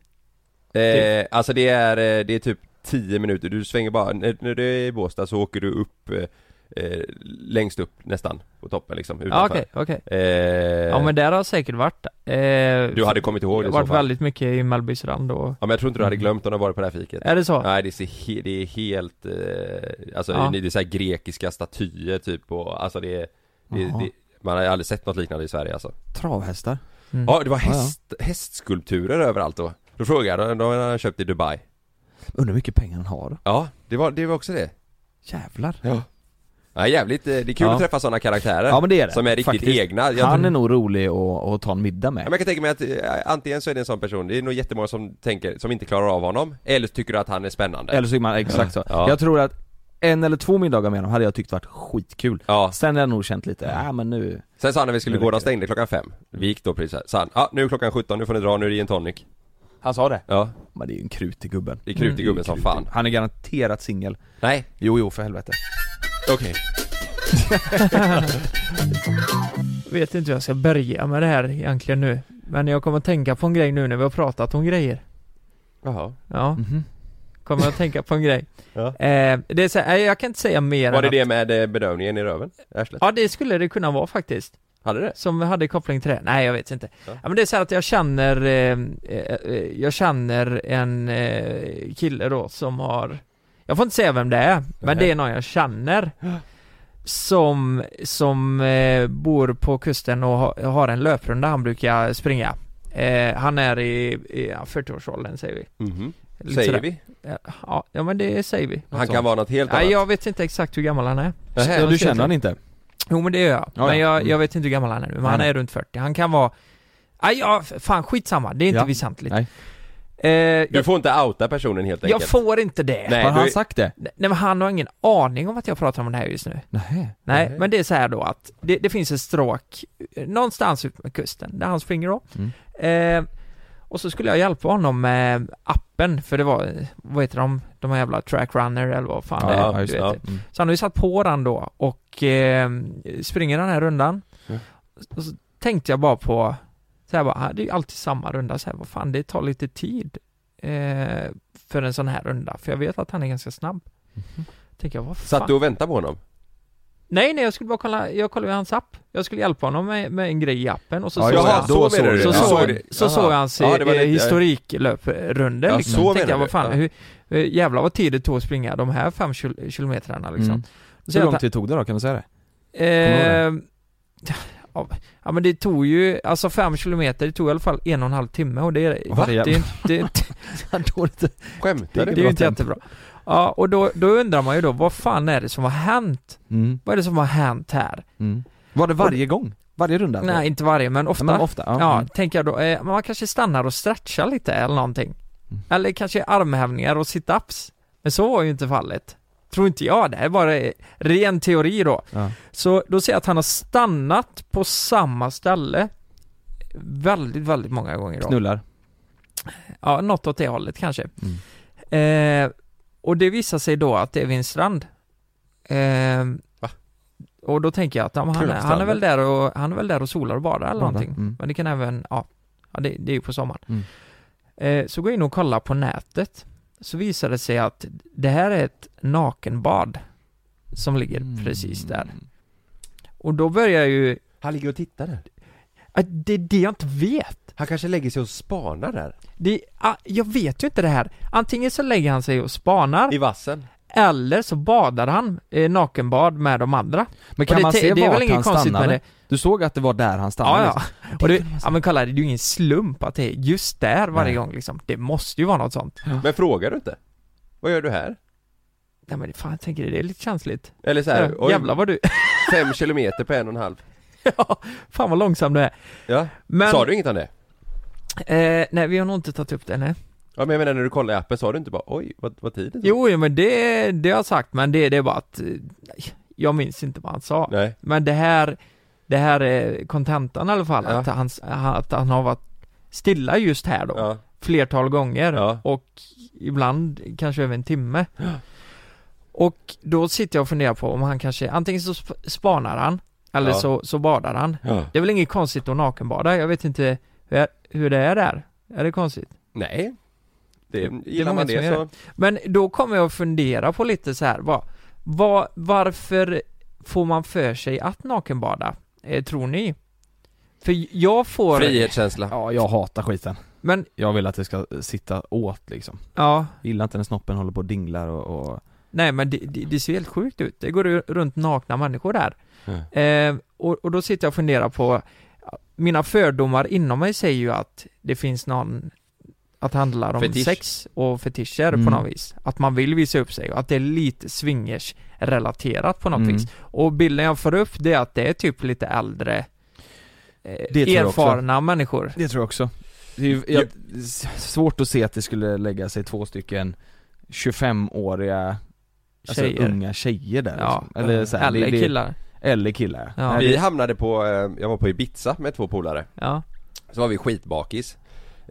Eh, alltså det är, eh, det är typ 10 minuter, du svänger bara, när, när du är i Båstad så åker du upp eh, eh, längst upp nästan, på toppen liksom,
Ja,
utanför.
okej, okej.
Eh,
Ja men där har jag säkert varit. Eh,
Du hade kommit ihåg det i
Jag har
så
varit
fall.
väldigt mycket i Mellbystrand och...
Ja men jag tror inte du hade glömt om du varit på det här fiket
Är det så?
Nej det är, så he- det är helt, eh, alltså
Ja.
det är så här grekiska statyer typ och alltså det är, det,
Jaha.
det, man har ju aldrig sett något liknande i Sverige alltså
Travhästar.
Mm.
Ja det var häst, hästskulpturer överallt då Då frågade jag, de de hade han köpt i Dubai
Undrar hur mycket pengar han har.
Ja, det var, det var också det
Jävlar.
Ja Ja jävligt, eh, det är kul
Ja.
att träffa sådana karaktärer
Ja men det är det.
Som är riktigt
Faktiskt.
egna jag,
Han är nog rolig att, att ta en middag
Ja,
med.
men jag kan tänka mig att eh, antingen så är det en sån person, det är nog jättemånga som tänker, som inte klarar av honom Eller så tycker du att han är spännande
Eller så är man exakt så.
Ja.
Jag tror att en eller två middagar med honom hade jag tyckt varit skitkul.
Ja,
Sen hade jag nog känt lite, ja men nu...
Sen sa han när vi skulle
Nu
gå, de
räcker det.
stängde klockan fem Vi gick då precis här. sa han, ja ah, nu är klockan 17, nu får ni dra, nu är det en tonic
Han sa det? Mm,
Ja,
Men det är ju en krutig gubben.
det är krut i gubben som fan
Han är garanterat singel.
Nej,
Jo, jo för helvete.
okej
vet inte hur jag ska börja med det här egentligen nu. Men jag kommer att tänka på en grej nu när vi har pratat om grejer.
Jaha
Ja,
Mhm.
kommer jag att tänka på en grej.
Mm. Ja.
Eh, det är så här, nej, jag kan inte säga mer
Var det
än
det
att,
med eh, bedövningen i röven? Arslet?
Ja, det skulle det kunna vara faktiskt.
Hade det?
Som hade koppling till det? Nej jag vet inte.
Ja.
Ja, men det är så här att jag känner, eh, eh, eh, jag känner en eh, kille då som har Jag får inte säga vem det är, men
Nej.
det är någon jag känner Som, som eh, bor på kusten och ha, har en löprunda han brukar springa eh, Han är i, i ja, 40-årsåldern säger vi
Mhm
Lite
Säger
sådär.
vi?
Ja, ja men det säger vi
Han kan vara något helt annat
Nej jag vet inte exakt hur gammal han är
Nähä.
Ja, du känner han inte?
Jo men det gör jag,
Ja,
men
ja.
jag,
Mm.
jag vet inte hur gammal han är nu, men
Nej,
han
nej.
är runt 40, han kan vara... Aj, ja, f- fan skitsamma, det är inte
Ja.
väsentligt
Nej.
eh,
Du
jag,
får inte outa personen helt
jag
enkelt
får inte det!
Nej,
har
då
han
är-
sagt det?
Nej men han har ingen aning om att jag pratar om det här just nu
Nej.
Nej,
Nej.
men det är så här då att
Mm.
det, det finns ett stråk eh, någonstans ut med kusten där han springer då. Eh, Och så skulle jag hjälpa honom med appen, för det var, vad heter de, de här jävla trackrunner eller vad fan det är,
Ja,
du
just
vet.
det, ja.
Mm.
Så han har ju satt på den då och eh, springer den här rundan.
Mm.
Och så tänkte jag bara på, så här bara, "Ah, det är ju alltid samma runda så här, vad fan det tar lite tid eh, för en sån här runda, för jag vet att han är ganska snabb.
Mhm.
Tänker jag, vad fan?
Satt du och väntade på honom?
Nej nej, jag skulle bara kolla, jag kollade ju hans app. Jag skulle hjälpa honom med, med en grej i appen och så
Ja,
såg
jaha,
jag
då såg du det.
så,
Ja.
såg,
det.
så
Jaha.
såg jag hans
Ja, det var
eh,
lite-
historiklöprundor
Ja, så
liksom. Tänkte
menar
jag,
du.
vad fan,
Ja.
hur, hur, jävlar vad tid det tog att springa de här fem kil- kilometrarna liksom.
Mm.
Så
Hur
jag
lång
ta-
tid tog det då, kan du säga det?
Eh, ja, ja men det tog ju, alltså fem kilometer, det tog i alla fall en och en halv timme och det, är-
Va?
det, är ju inte- det, är inte- det
Skämtar
är
du?
ju inte
tempo.
jättebra. Ja och då, då undrar man ju då, vad fan är det som har hänt?
Mm.
Vad är det som har hänt här?
Mm. Var det varje gång? Varje runda? alltså?
Nej inte varje men ofta.
Nej, men ofta. Ja.
Ja,
Mm.
tänker jag då, eh, men man kanske stannar och stretchar lite eller någonting.
Mm.
Eller kanske armhävningar och sit-ups. Men så var ju inte fallet. Tror inte jag, det här är bara eh, ren teori då.
Ja.
Så då ser jag att han har stannat på samma ställe väldigt, väldigt många gånger då.
Knullar.
Ja, något åt det hållet kanske.
Mm.
Eh, och det visar sig då att det är vid en strand. Eh,
Va?
Och då tänker jag att ja, men han,
Kul på
är- han, är
stranden.
väl där och, han är väl där och solar och badar eller
Badar,
någonting.
mm.
Men det kan även, ja, ja det, det är ju på sommaren.
Mm.
Eh, så går jag in och kollar på nätet. Så visar det sig att det här är ett nakenbad som ligger
Mm.
precis där. Och då börjar jag ju,
Han ligger och tittar där.
att det är det jag inte vet.
Han kanske lägger sig och spanar där.
Det, ah, jag vet ju inte det här. Antingen så lägger han sig och spanar,
I vassen.
eller så badar han eh, nakenbad med de andra.
Men
Och
kan
det,
man
te-
se
det är väl
vart
inget
han
konstigt med
stannade?
det.
Du såg att det var där han stannade?
Ja, ja.
liksom.
Och det, ja men kolla, det är ju ingen slump att det är just där varje
Nej.
gång liksom. Det måste ju vara något sånt.
Men frågar du inte? Vad gör du här?
Nej men fan, jag tänker det, det är lite känsligt.
Eller så här,
ja,
oj,
jävlar vad du...
fem kilometer på en och en halv.
ja, fan vad långsam du är.
Ja.
Men,
Sa du inget om det?
Eh, nej, vi har nog inte tagit upp det, nej.
Ja men jag menar när du kollade i appen, sa du inte bara oj, vad, vad tiden tog?
Jo, jo men det, det har jag sagt, men det, det är bara att... eh, Jag minns inte vad han sa.
Nej.
Men det här, det här är kontentan i alla fall,
Ja.
att, han, att han har varit stilla just här då,
Ja.
flertal gånger
Ja.
och ibland kanske över en timme. Och då sitter jag och funderar på om han kanske, antingen så sp- spanar han, eller
Ja.
så, så badar han.
ja.
Det är väl inget konstigt att nakenbada, jag vet inte hur, hur det är där. Är det konstigt?
Nej. Det,
Det
gillar
var
man
ingen som
det
gör
så.
Men då kommer jag att fundera på lite så här, vad, vad, varför får man för sig att nakenbada? Eh, tror ni? För jag får...
Frihetskänsla.
Ja, jag hatar skiten.
Men,
Jag vill att det ska sitta åt liksom.
ja,
Gillar inte när snoppen håller på och dinglar och... och...
nej men det, det, det ser helt sjukt ut. Det går ju runt nakna människor där. Eh, och, och då sitter jag och funderar på, mina fördomar inom mig säger ju att det finns någon att det handlar om
Fetisch.
sex och fetischer på
Mm.
något vis. Att man vill visa upp sig och att det är lite swingers-relaterat på något
Mm.
vis. Och bilden jag får upp det är att det är typ lite äldre eh,
Det tror jag också.
erfarna människor.
Det tror jag också. Det är ju, jag, s- svårt att se att det skulle lägga sig två stycken 25-åriga alltså,
Tjejer.
unga tjejer där
Ja.
liksom. Eller, så här,
Eller
det,
killar.
Det, eller killar
Ja.
Nej,
Vi
det-
hamnade på, eh, jag var på Ibiza med två polare.
Ja.
Så var vi skitbakis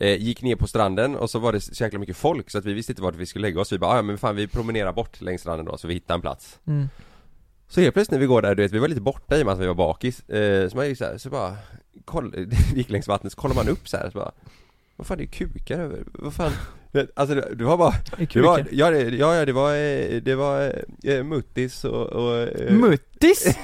eh, Gick ner på stranden och så var det så jäkla mycket folk så att vi visste inte vart vi skulle lägga oss Vi bara, "Ah, ja men fan vi promenerar bort längs stranden då så vi hittar en plats
Mm.
Så helt plötsligt när vi går där, du vet vi var lite borta i och med att vi var bakis eh, Så man gick så, här, så bara, koll, vi gick längs vattnet så kollar man upp så här så bara Vad fan det är kukar över, vad fan Alltså det, det var bara, det var, ja, det, ja ja, det var, eh, det var eh, muttis och, och eh,
Muttis!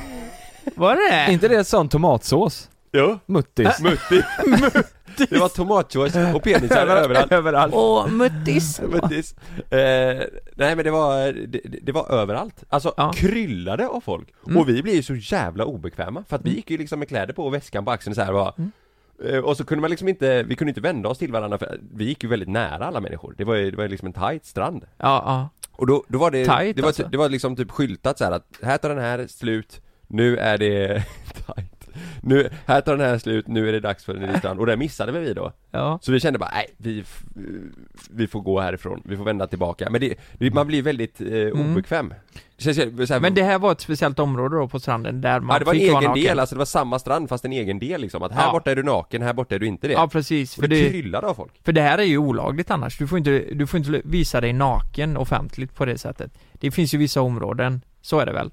Var
Är
det
inte det sån tomatsås?
Jo,
Muttis?
mutti Det var tomatjuice och penisar överallt
Överallt.
Åh, muttis!
Precis. Eh, nej men det var, det, det var överallt. Alltså
Ja.
kryllade av folk.
Mm.
Och vi blev ju så jävla obekväma för att vi gick ju liksom med kläder på och väskan på axeln så här bara.
Mm.
Eh, Och så kunde man liksom inte, vi kunde inte vända oss till varandra för vi gick ju väldigt nära alla människor. Det var ju, det var ju liksom en tight strand.
Ja, ja.
Och då, då var det,
Tight,
det, var,
alltså.
det var liksom typ skyltat så här att här tar den här slut, nu är det tight. nu, här tar den här slut, nu är det dags för en Elitstrand och det missade väl vi då
Ja,
Så vi kände bara, nej vi, f- vi får gå härifrån, vi får vända tillbaka Men det, det man blir väldigt eh, obekväm Det känns ju så här,
Mm. men det här var ett speciellt område då på stranden där man
ja, det var en
fick vara
egen
naken.
del, alltså det var samma strand fast en egen del liksom Att här
Ja.
borta är du naken, här borta är du inte det
Ja precis,
Och
för
det, det
det,
kryllade av folk
för det här är ju olagligt annars. Du får, inte, du får inte visa dig naken offentligt på det sättet. Det finns ju vissa områden, så är det väl?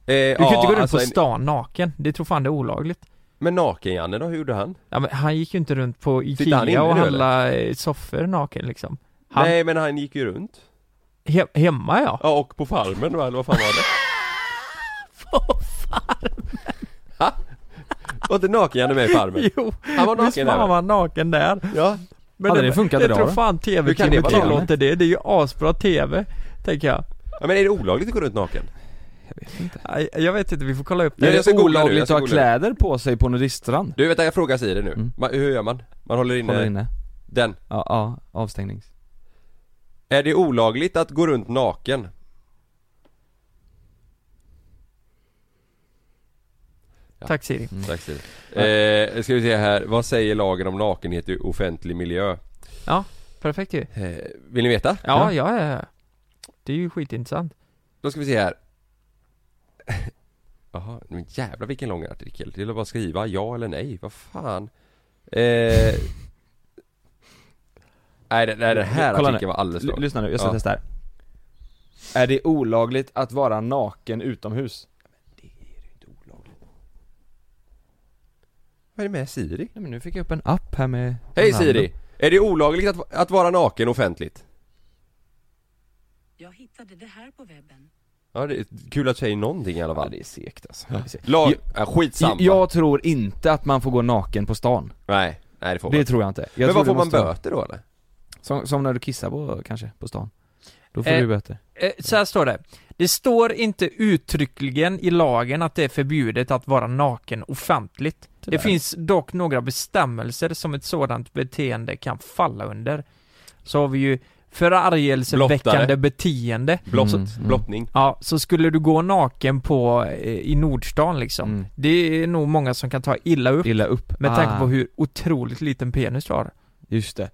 eh,
Du kan ju inte gå runt på stan naken, det tror fan det är olagligt.
Men naken-Janne då, hur gjorde han?
Ja, men han gick ju inte runt på
Sitter han inne
Ikea och
nu,
handlade eh, soffor naken liksom. Han,
Nej men han gick ju runt
he, hemma ja.
Ja och på farmen va, eller vad fan var det? på farmen? Ha? Var inte naken-Janne med i farmen?
Jo,
Han var
visst
naken
var
där va?
han naken där.
Ja,
Men
Hade det funkat
Jag
idag
tror
då?
fan
Hur kan det
tv-teamet
vara lagligt?
tillåter det, det är ju asbra tv, tänker jag.
Ja, men är det olagligt att gå runt naken?
Nej, Jag vet inte, vi får kolla upp
Nej,
Är
det.
jag ska
det
googla nu, jag
olagligt
ska
att ha
googla nu.
kläder på sig på nudiststrand?
Du vänta jag frågar Siri nu,
Mm.
Ma- hur gör man? Man håller inne,
Håller inne?
den
Ja, ja, avstängnings
Är det olagligt att gå runt naken?
Mm.
Ja.
Tack Siri.
Tack Siri eh, Ska vi se här, vad säger lagen om nakenhet i offentlig miljö?
Perfekt ju.
Eh, vill ni veta?
Ja, ja, ja, ja. Det är ju skitintressant.
Då ska vi se här Jaha, men jävlar vilken lång artikel, det är bara att skriva ja eller nej, vad fan eh, Nej den, nej, den här
Kolla nu.
artikeln var alldeles
L-
lång
lyssna nu, jag ska
Ja.
testa här Är det olagligt att vara naken utomhus?
Vad är det med Siri?
Nej men nu fick jag upp en app här med
Hej Siri! Är det olagligt att, att vara naken offentligt?
Jag hittade det här på webben.
Ja, det är kul att säga någonting i alla
Ja,
fall.
det är segt alltså Det är segt.
Lag... äh,
Jag-
Ja, skitsamma.
Jag tror inte att man får gå naken på stan
Nej, nej det får man
Det
inte.
tror jag inte jag
Men
tror
vad
det
får man
måste-
böter då eller?
Som, som när du kissar på, kanske, på stan Då får
Eh,
du böter
Eh, så här står det. Det står inte uttryckligen i lagen att det är förbjudet att vara naken offentligt. Det finns dock några bestämmelser som ett sådant beteende kan falla under. Så har vi ju förargelseväckande
Blottare.
beteende.
Blott,
Mm, mm.
Blottning?
Ja, så skulle du gå naken på, eh, i Nordstan liksom.
Mm.
Det är nog många som kan ta illa upp.
Illa upp
Med
Ah.
tanke på hur otroligt liten penis du har.
Just det.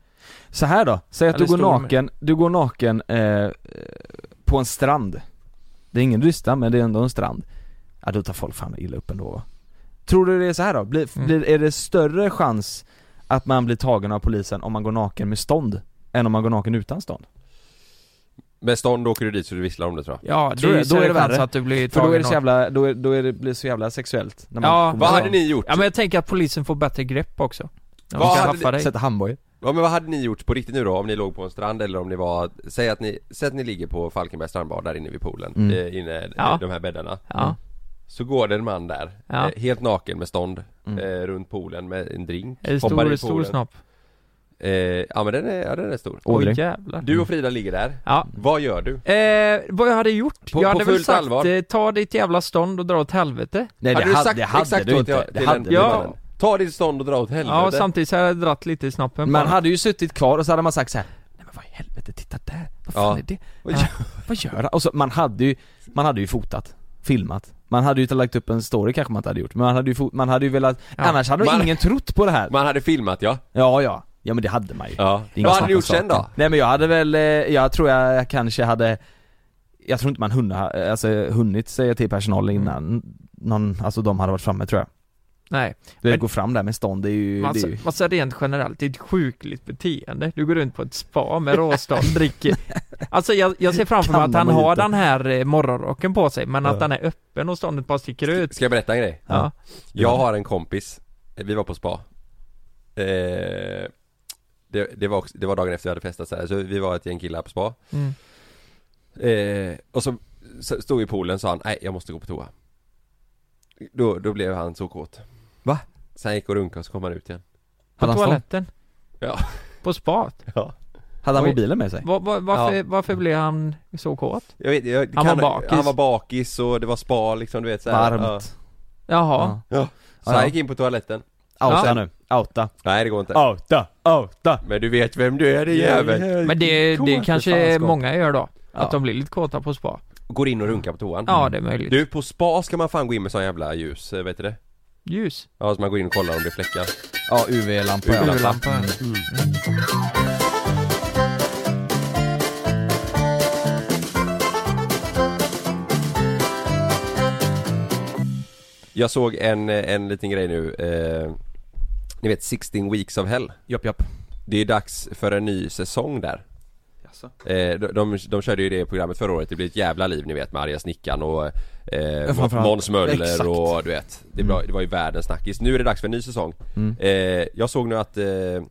Så här då, säg att
Eller
du går
stor-
naken, du går naken eh, eh, på en strand. Det är ingen rysta men det är ändå en strand. Ja då tar folk fan illa upp ändå va? Tror du det är så här då? Blir,
Mm.
blir, är det större chans att man blir tagen av polisen om man går naken med stånd? Än om man går naken utan stånd?
Med stånd åker du dit så du visslar om det tror jag.
Ja,
Tror
det är
jag.
ju
Då är
större
det
chans
värre.
att du blir
För
tagen
då är det så
och-
jävla, då, är, då är det, blir det så jävla sexuellt när man
Ja.
kommer
Vad
fram.
hade ni gjort?
Ja men jag tänker att polisen får bättre grepp också. När
Vad
de ska
hade
haffa dig.
Sätta handbojor?
Ja men vad hade ni gjort på riktigt nu då om ni låg på en strand eller om ni var, säg att ni, säg att ni ligger på Falkenbergs strandbad där inne vid poolen,
Mm.
eh, inne i
Ja.
de här bäddarna
Ja.
Så går det en man där,
Ja.
eh, helt naken med stånd,
Mm.
eh, runt poolen med en drink
Är det
hoppar
stor,
i
stor
poolen.
snopp?
eh, Ja men den är, ja den är stor
Ådring.
Oj jävlar.
Du och Frida ligger där,
Ja.
vad gör du?
Eh, vad jag hade gjort?
På-
jag
på
hade väl
fullt
sagt
allvar.
eh, ta ditt jävla stånd och dra åt helvete.
Nej
hade
det,
du
hade,
sagt
det hade
exakt
du
så till,
inte,
till
det
den
hade du
Ja.
inte.
mannen? Ta ditt stånd och dra åt helvete
Ja, samtidigt så hade jag dratt lite i snoppen
Man
på
hade ju suttit kvar och så hade man sagt så här. Nej men vad i helvete, titta där, vad fan
Ja.
är det?
Vad
Ja. Vad gör han? Och så man hade ju, man hade ju fotat, filmat Man hade ju inte lagt upp en story kanske man inte hade gjort, men man hade ju, fot, man hade ju velat,
Ja.
annars hade
Man-
man... ingen trott på det här
Man hade filmat ja.
Ja ja, ja men det hade man ju
ja.
Det är inget
Vad hade
snack
ni
om
gjort sen
saken.
då?
Nej men jag hade väl, eh, jag tror jag kanske hade Jag tror inte man hunna, alltså, hunnit säga till personalen innan Någon, alltså de hade varit framme tror jag
Nej.
Du vet,
Men-
gå fram där med stånd, det är ju, det
Massa,
är ju...
massa rent generellt, det är ett sjukligt beteende. Du går runt på ett spa med råstånd, dricker. Alltså jag, jag ser framför mig att han
Kammarmojito.
har den här eh, morgonrocken på sig, men
Ja.
att den är öppen och ståndet bara sticker ut.
Ska jag berätta en grej?
Ja.
Jag har en kompis, vi var på spa eh, det, det, var också, det var dagen efter jag hade festat så här. så vi var ett gäng killar på spa
Mm.
eh, Och så, så stod vi i poolen och sa han, nej jag måste gå på toa Då, då blev han så kåt
Va?
Sen gick och runkade och så kom han ut igen
På
Hade han, stånd?
toaletten.
Ja.
På spat.
Ja
hade han
Oj.
mobilen med sig?
Var, var, varför,
Ja.
varför blev han så kåt?
jag vet, jag,
Han
kan-
var bakis.
Han var bakis och det var spa liksom du vet så här, ja.
Varmt
Jaha.
Så han gick in på toaletten
Outa
Ja.
nu, outa
Nej det går inte
Outa, outa!
Men du vet vem du är din jävel
Men det, det kanske många gör då.
Ja. Mm.
Att de blir lite kåta på spa.
Går in och runkar på toan
Ja, det är möjligt.
Du på spa ska man fan gå in med sån jävla ljus, eh, vet du det?
Ljus.
Ja, så man går in och kollar om det är fläckar.
Ja, UV-lampa ja.
UV-lampa.
Urlampa.
Jag såg en, en liten grej nu. Eh, ni vet 16 weeks of hell.
Japp, japp.
Det är dags för en ny säsong där.
Jaså?
Eh, de, de, de körde ju det programmet förra året, det blev ett jävla liv ni vet med arga snickaren och eh,
framförallt.
Måns Möller
Exakt.
och du vet det, var-
Mm.
det var ju världens snackis. Nu är det dags för en ny säsong.
Mm.
Eh, jag såg nu att eh,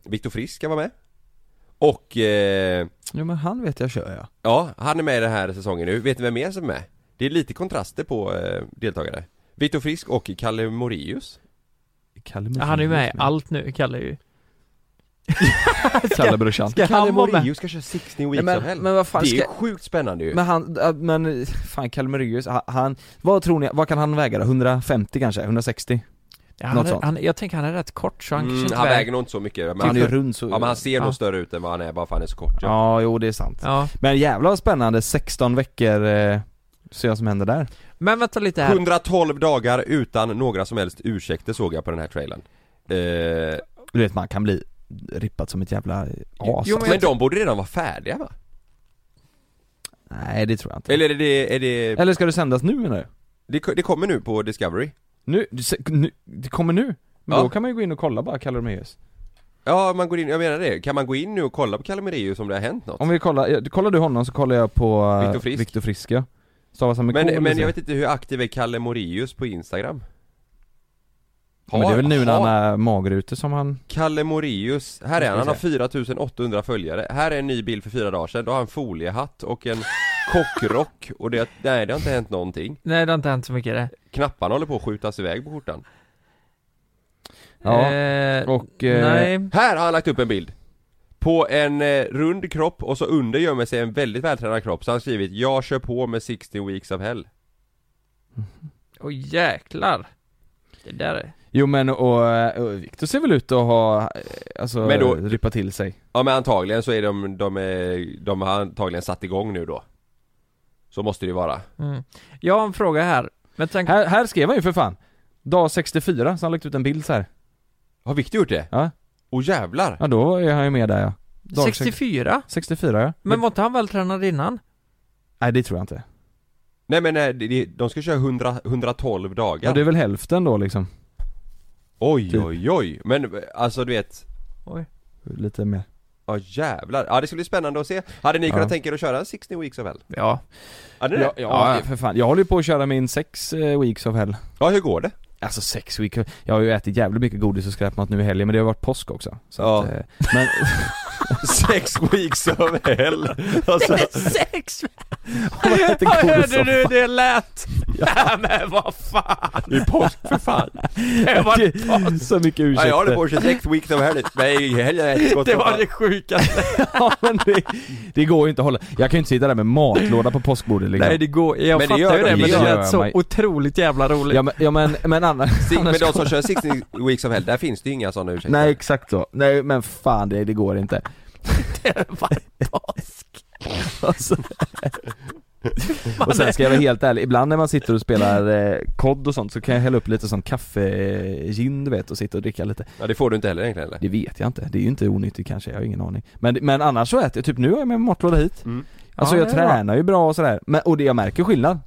Viktor Frisk ska vara med. Och eh,
Jo men han vet jag kör ja.
ja, han är med i den här säsongen nu. Vet ni vem mer som är med? Det är lite kontraster på eh, deltagare. Viktor Frisk och Kalle Morius.
Kalle
Ja, han är ju
Mm.
med i allt nu, Kalle ju.
Kalle brorsan.
Ska
Kalle
han vara med?
Morius ska köra 16 weeks of hell.
Men, men vad fan
det är ju
ska...
sjukt spännande ju.
Men han, äh, men fan Kalmerius, han, vad tror ni, vad kan han väga då? 150 kanske? 160?
Ja, han
Något
är,
sånt.
han, jag tänker han är rätt kort så han
Mm,
kanske inte
han
väger-
väger nog inte så mycket. Men
han
han,
är ju
ja,
Typ rund så...
men han ser
Ja.
nog större ut än vad han är bara för han är så kort. Ja.
ja, jo det är sant.
Ja.
Men jävlar vad spännande, 16 veckor, eh, se vad som händer där.
Men vänta lite här.
112 dagar utan några som helst ursäkter såg jag på den här trailern. Eh,
Du vet man kan bli rippad som ett jävla as.
Jo,
men
men jag-
de borde redan vara färdiga va?
Nej det tror jag inte. Eller,
Eller är det, är det,
ska det sändas nu menar du?
det, det kommer nu på Discovery?
Nu, du se- nu, det kommer nu? Men
Ja.
då kan man ju gå in och kolla bara, kallar de EUs.
Ja, man går in, jag menar det. Kan man gå in nu och kolla på Kalmerius om det har hänt något?
Om vi kollar, ja, kollar du honom så kollar jag på eh,
Viktor Frisk.
Viktor Frisk ja. Stavas han med K,
Men,
eller
men
så?
jag vet inte hur aktiv är Kalle Morius på Instagram?
Men det är väl nu när
har-
han är mager ute som han...
Kalle Morius, här är han, han har
Jag
4800 följare. Här är en ny bild för fyra dagar sedan, då har han foliehatt och en kockrock och det, nej det har inte hänt någonting.
Nej det har inte hänt så mycket det.
Knapparna håller på att skjutas iväg på skjortan.
Ja,
Eh,
och... Eh,
nej.
Här har han lagt upp en bild! På en eh, rund kropp och så under gömmer sig en väldigt vältränad kropp så han har skrivit 'Jag kör på med 16 weeks of hell'
Åh jäklar. Det där är...
Jo men och, eh, och Viktor ser väl ut att ha, eh, alltså,
Men då-
rippa till sig.
Ja men antagligen så är de, de, är, de har antagligen satt igång nu då Så måste det ju vara
Mm. Jag har en fråga här. Men tänk...
Här, här skrev han ju för fan. Dag 64, så han har lagt ut en bild så här.
Har Victor gjort det?
Ja.
Åh jävlar!
Ja då är han ju med där ja. Dag
64?
64 ja.
Men var inte han vältränad innan?
Nej det tror jag inte.
Nej men nej, det- det- de ska köra 100, 112 dagar
Ja det är väl hälften då liksom.
Oj
typ.
oj oj! Men eh, alltså du vet
Oj.
Lite mer.
Ja jävlar, ja det skulle bli spännande att se Hade ni
Ja.
kunnat tänka er att köra 16 weeks of hell?
Ja.
Hade ni
Ja,
det?
ja för fan. Jag håller ju på att köra min sex eh, weeks of hell.
ja hur går det?
Alltså sex weeks, jag har ju ätit jävligt mycket godis och skräpmat nu i helgen men det har varit påsk också. Så
Ja.
att, eh, men,
Sex weeks of hell! Alltså,
Sex!
Om man äter godis
Hörde
som
du
fan.
det lät? Ja. men vad fan!
det är påsk för fan!
Det var det,
Det- Så mycket
Ja,
ursäkter.
jag håller på 26 weeks of hell, nej helgen är gott som
var
fan.
det sjukaste.
ja, men det, det går ju inte att hålla. Jag kan ju inte sitta där med matlåda på påskbordet liksom.
Nej det går, jag
Men det
fattar
gör de
ju det
ju.
men det
Det gör
lät så
man ju.
otroligt jävla roligt.
Ja men, ja, men, men annars...
Si- Men
annars
de som kör 16 weeks of hell, där finns det ju inga sådana ursäkter
Nej exakt så, nej men fan det, det går inte
Det var påsk.
alltså. Och sen ska jag vara helt ärlig, ibland när man sitter och spelar eh, kod och sånt så kan jag hälla upp lite sån kaffegin du vet och sitta och dricka lite
Ja det får du inte heller egentligen eller?
Det vet jag inte, det är ju inte onyttigt kanske, jag har ingen aning Men, men annars så äter jag, typ nu har jag med mig matlåda hit
Mm.
Alltså
Ja,
jag
det är bra.
tränar ju bra och sådär, men, och det, jag märker skillnad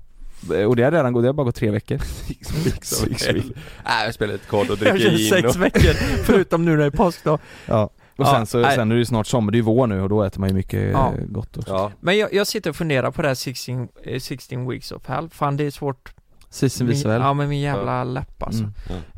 Eh, Och det har redan gått, det har bara gått tre veckor
Mm. Six weeks
Six weeks.
Nej jag spelar lite kod och
Jag
dricker
kör
gin och...
sex veckor, förutom nu när det är påsk då.
Ja och
Ja,
sen, så,
nej.
sen är det ju snart sommar, det är ju vår nu och då äter man ju mycket
Ja.
eh, gott också
Ja,
Men jag, jag sitter och funderar på det här 16, eh, 16 weeks of hell, fan det är svårt
Sissin
min,
Wiesel
Ja men min jävla läpp alltså
Mm.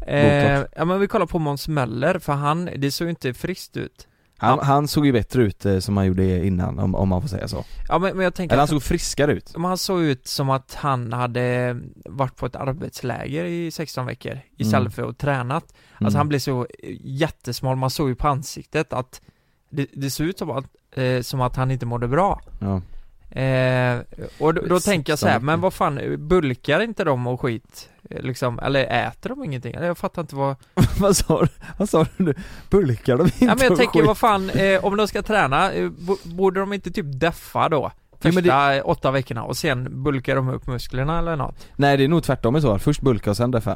eh,
Botox.
Ja men vi kollar på Måns Möller, för han, det såg ju inte friskt ut
han, han såg ju bättre ut eh, som han gjorde innan, om, om man får säga så
Ja men, men jag tänker
Eller han
att
såg friskare ut
men han såg ut som att han hade eh, varit på ett arbetsläger i 16 veckor istället
Mm.
för att tränat Alltså han blev så eh, jättesmal, man såg ju på ansiktet att det, det såg ut som att, eh, som att han inte mådde bra
ja.
Eh, och då, då
Sexton
tänker jag så här,
veckor.
men vad fan, bulkar inte de och skit? eh, Liksom, eller äter de ingenting? Eller jag fattar inte vad...
Vad sa du? Vad sa du nu? Bulkar de inte
Ja men jag
och
tänker,
skit?
vad fan, eh, om de ska träna, eh, bo- borde de inte typ deffa då?
Jo,
Första
men det-
eh, åtta veckorna och sen bulkar de upp musklerna eller något?
Nej det är nog tvärtom i så fall, först bulka och sen därför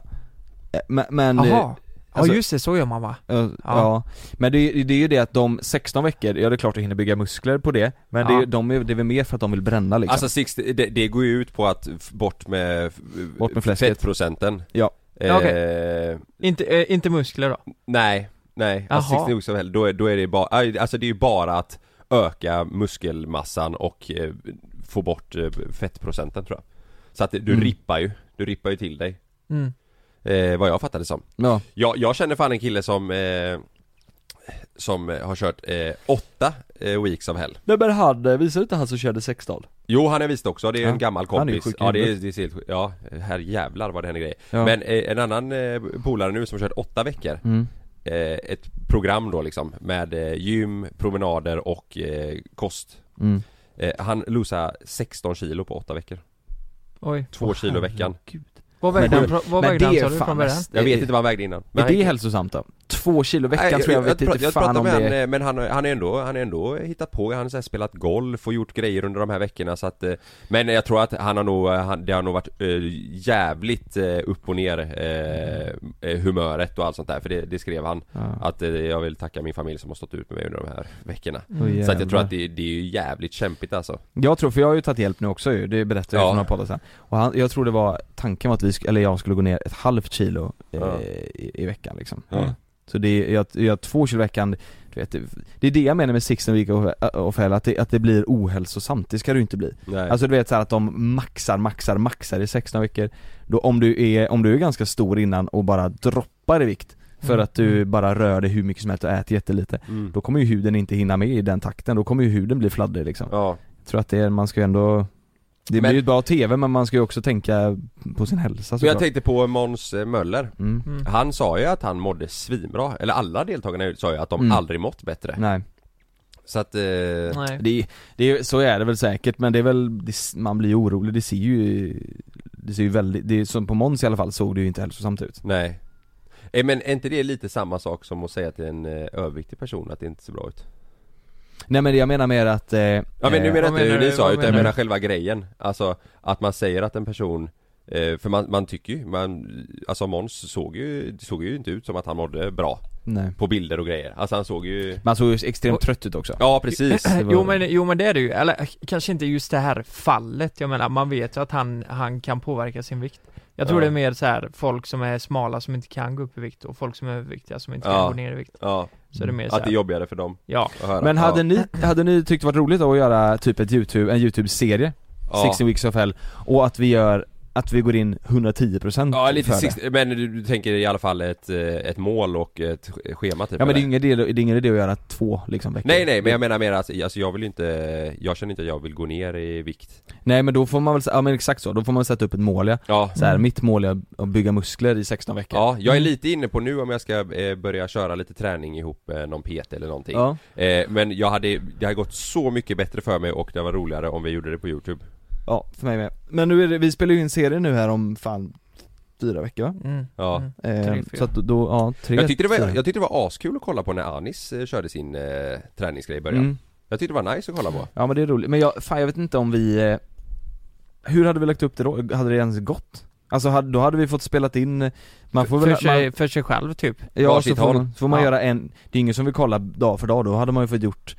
Eh, Men, men eh,
Jaha, ja
alltså-
just det, så gör man va?
Ja, ja. Men det, är- det är ju det att de 16 veckor, ja det är klart du hinner bygga muskler på det Men det, är,
Ja.
ju- de är, det är väl mer för att de vill bränna liksom
Alltså 60, det, det går ju ut på att f- bort med, f-
Bort med fläsket.
fettprocenten
Ja.
eh,
okej. Inte, eh, inte muskler då?
Nej, nej, alltså
Jaha.
60 också väl, då är, då är det bara, aj, alltså det är ju bara att öka muskelmassan och eh, få bort eh, fettprocenten tror jag Så att det- du
Mm.
rippar ju, du rippar ju till dig,
Mm.
eh, vad jag fattade som
Ja,
Jag, jag känner fan en kille som eh, Som eh, har kört eh, åtta eh, weeks of hell
men han, visar inte han som körde 16?
Jo han är visst också, det är
Ja,
en gammal
han är ju
kompis
sjuk i
Ja det är,
huvudet.
det är helt sjukt. ja herr jävlar vad det händer grejer
Ja.
Men eh, en annan eh, polare nu som kört åtta veckor
Mm.
eh, Ett program då liksom med eh, gym, promenader och eh, kost
Mm.
eh, Han losade 16 kilo på åtta veckor
Oj.
Två kilo i veckan
Vad
Men
vägde han,
det-
från- vad vägde han sa du från början?
Jag vet inte vad han vägde innan
Är
han-
det hälsosamt då? Två kilo i veckan
Nej,
tror jag, vet
pra-
inte
jag
fan
pratar
om
med
det
han, eh, men han, han är ändå, han är ändå hittat på, han har så här spelat golf och gjort grejer under de här veckorna så att eh, Men jag tror att han har nog, eh, han, det har nog varit eh, jävligt eh, upp och ner eh, eh, humöret och allt sånt där för det, det skrev han
ja.
Att eh, jag vill tacka min familj som har stått ut med mig under de här veckorna
Mm.
Oj,
Så att jag tror
jävlar.
att det, det är ju jävligt kämpigt alltså
Jag tror, för jag har ju tagit hjälp nu också ju, det berättade jag
Ja.
för några poddar sen Och han, jag tror det var, tanken var att vi, sk- eller jag skulle gå ner ett halvt kilo eh,
Ja.
i, i veckan liksom
Ja.
Så det är, jag, jag, två kilo i veckan, du vet, det, det är det jag menar med 16 week of, eh, of hell, att det, att det blir ohälsosamt, det ska det ju inte bli
Nej.
Alltså du vet så här att de maxar, maxar, maxar i 16 veckor Då om du är, om du är ganska stor innan och bara droppar i vikt för
Mm.
att du bara rör dig hur mycket som helst och äter jättelite
mm.
Då kommer ju huden inte hinna med i den takten, då kommer ju huden bli fladdrig liksom
Ja,
alltså,
Jag tror att det är, man ska ju ändå Det blir
Men-
ju ett bra TV men man ska ju också tänka på sin hälsa
men jag
såklart
tänkte på Måns eh, Möller
mm.
Mm.
Han sa ju att han mådde svinbra, eller alla deltagarna sa ju att de
Mm.
aldrig mått bättre
Nej,
Så att... Eh,
Nej.
det, det, är- så är det väl säkert men det är väl, det, man blir ju orolig, det ser ju Det ser ju väldigt, det, är som på Måns i alla fall såg det ju inte hälsosamt ut
Nej Eh, Men är inte det lite samma sak som att säga till en eh, överviktig person att det inte ser bra ut?
Nej men jag menar mer att eh,
Ja men nu
eh,
menar
vad
jag inte hur
menar
ni
du?
sa
Vad
utan jag
menar
menar själva grejen Alltså att man säger att en person eh, För man, man tycker ju, man, alltså Måns såg ju, det såg ju inte ut som att han mådde bra
eh, Nej.
På bilder och grejer, alltså han såg ju
Man såg ju extremt
Och-
trött ut också
Ja precis
det var-
Jo men, jo men det är det ju, eller eh, kanske inte just det här fallet, jag menar man vet ju att han, han kan påverka sin vikt Jag
Ja.
tror det är mer så här folk som är smala som inte kan gå upp i vikt och folk som är överviktiga som inte
Ja.
kan gå ner i vikt
Ja,
Mm.
Så är det mer så
att det är
här,
jobbigare för dem
ja,
att höra
Men hade
ja.
ni, hade ni tyckt det varit roligt då att göra typ ett YouTube, en YouTube-serie?
Ja.
16 weeks of hell och att vi gör, att vi går in 110%
Ja lite
för det.
60, men du, du tänker i alla fall ett, eh, ett mål och ett sch- schema typ
Ja men det är
eller?
ju ingen idé, det är ingen idé att göra två liksom veckor
Nej nej men jag menar mer alltså, alltså jag vill ju inte, jag känner inte att jag vill gå ner i vikt
Nej men då får man väl, ja men exakt så, då får man sätta upp ett mål ja.
Ja,
Så här,
Mm.
mitt mål är att bygga muskler i 16 veckor
Ja, jag är lite inne på nu om jag ska eh, börja köra lite träning ihop eh, någon PT eller någonting
Ja.
eh, Men jag hade, det hade gått så mycket bättre för mig och det var roligare om vi gjorde det på youtube
ja, för mig med Men nu är det, vi spelar ju in serie nu här om fan fyra veckor va?
mm,
Ja.
mm.
Eh,
Tre, fyra.
så att då- då, ja, tre
Jag tyckte det var,
fyra.
jag tyckte det var askul att kolla på när Anis eh, körde sin eh, träningsgrej i början
Mm.
Jag tyckte det var nice att kolla på
Ja men det är roligt, men jag, fan jag vet inte om vi eh, Hur hade vi lagt upp det då? Hade det ens gått? Alltså hade, då hade vi fått spelat in, eh, man får väl,
för,
man,
sig, för sig själv typ
ja, så
varsitt
får,
håll.
man, så får man
Ja.
göra en, det är ingen som vill kolla dag för dag då, hade man ju fått gjort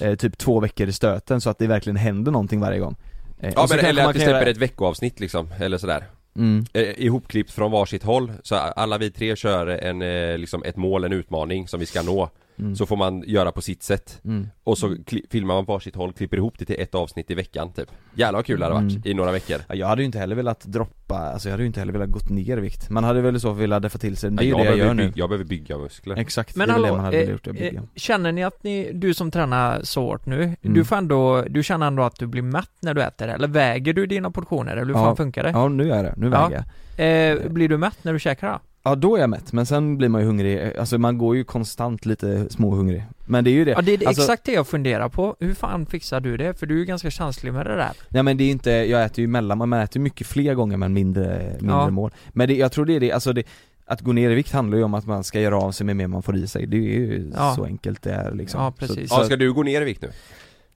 eh, typ två veckor i stöten så att det verkligen händer någonting varje gång eh,
Ja
och så
men
kanske
eller
man
att vi
kan
släpper
göra-
ett veckoavsnitt liksom, eller sådär
mm,
eh, Ihopklippt från varsitt håll, så alla vi tre kör en, eh, liksom ett mål, en utmaning som vi ska nå
mm,
Så får man göra på sitt sätt
mm.
Och så kli- filmar man varsitt håll, klipper ihop det till ett avsnitt i veckan typ Jävlar vad kul det hade varit
Mm.
i några veckor
Ja, jag hade ju inte heller velat droppa, alltså jag hade ju inte heller velat gått ner i vikt Man hade väl i så fall velat deffa till sig, det är ju
Ja,
det jag gör
behöver
nu
bygga, jag behöver bygga muskler
Exakt,
Men
det är väl
hallå,
det man hade
eh,
velat gjort, jag bygger
eh, Känner ni att ni, du som tränar så hårt nu,
Mm.
du får ändå, du känner ändå att du blir mätt när du äter? Eller väger du dina portioner? Eller hur
Ja.
fan funkar det?
Ja nu är det, nu väger
Ja.
jag
Eh, blir du mätt när du käkar då?
Ja då är jag mätt, men sen blir man ju hungrig, alltså man går ju konstant lite småhungrig Men det är ju det,
Ja det är det-
alltså,
exakt det jag funderar på, hur fan fixar du det? För du är ju ganska känslig med det där
nej men det är inte, jag äter ju mellan, man äter ju mycket fler gånger men mindre, mindre
Ja.
mål Men det, jag tror det är det, alltså det, att gå ner i vikt handlar ju om att man ska göra av sig med mer man får i sig, det är ju
Ja.
så enkelt det är liksom
Ja, precis.
så, så,
Ja, ska du gå ner i vikt nu?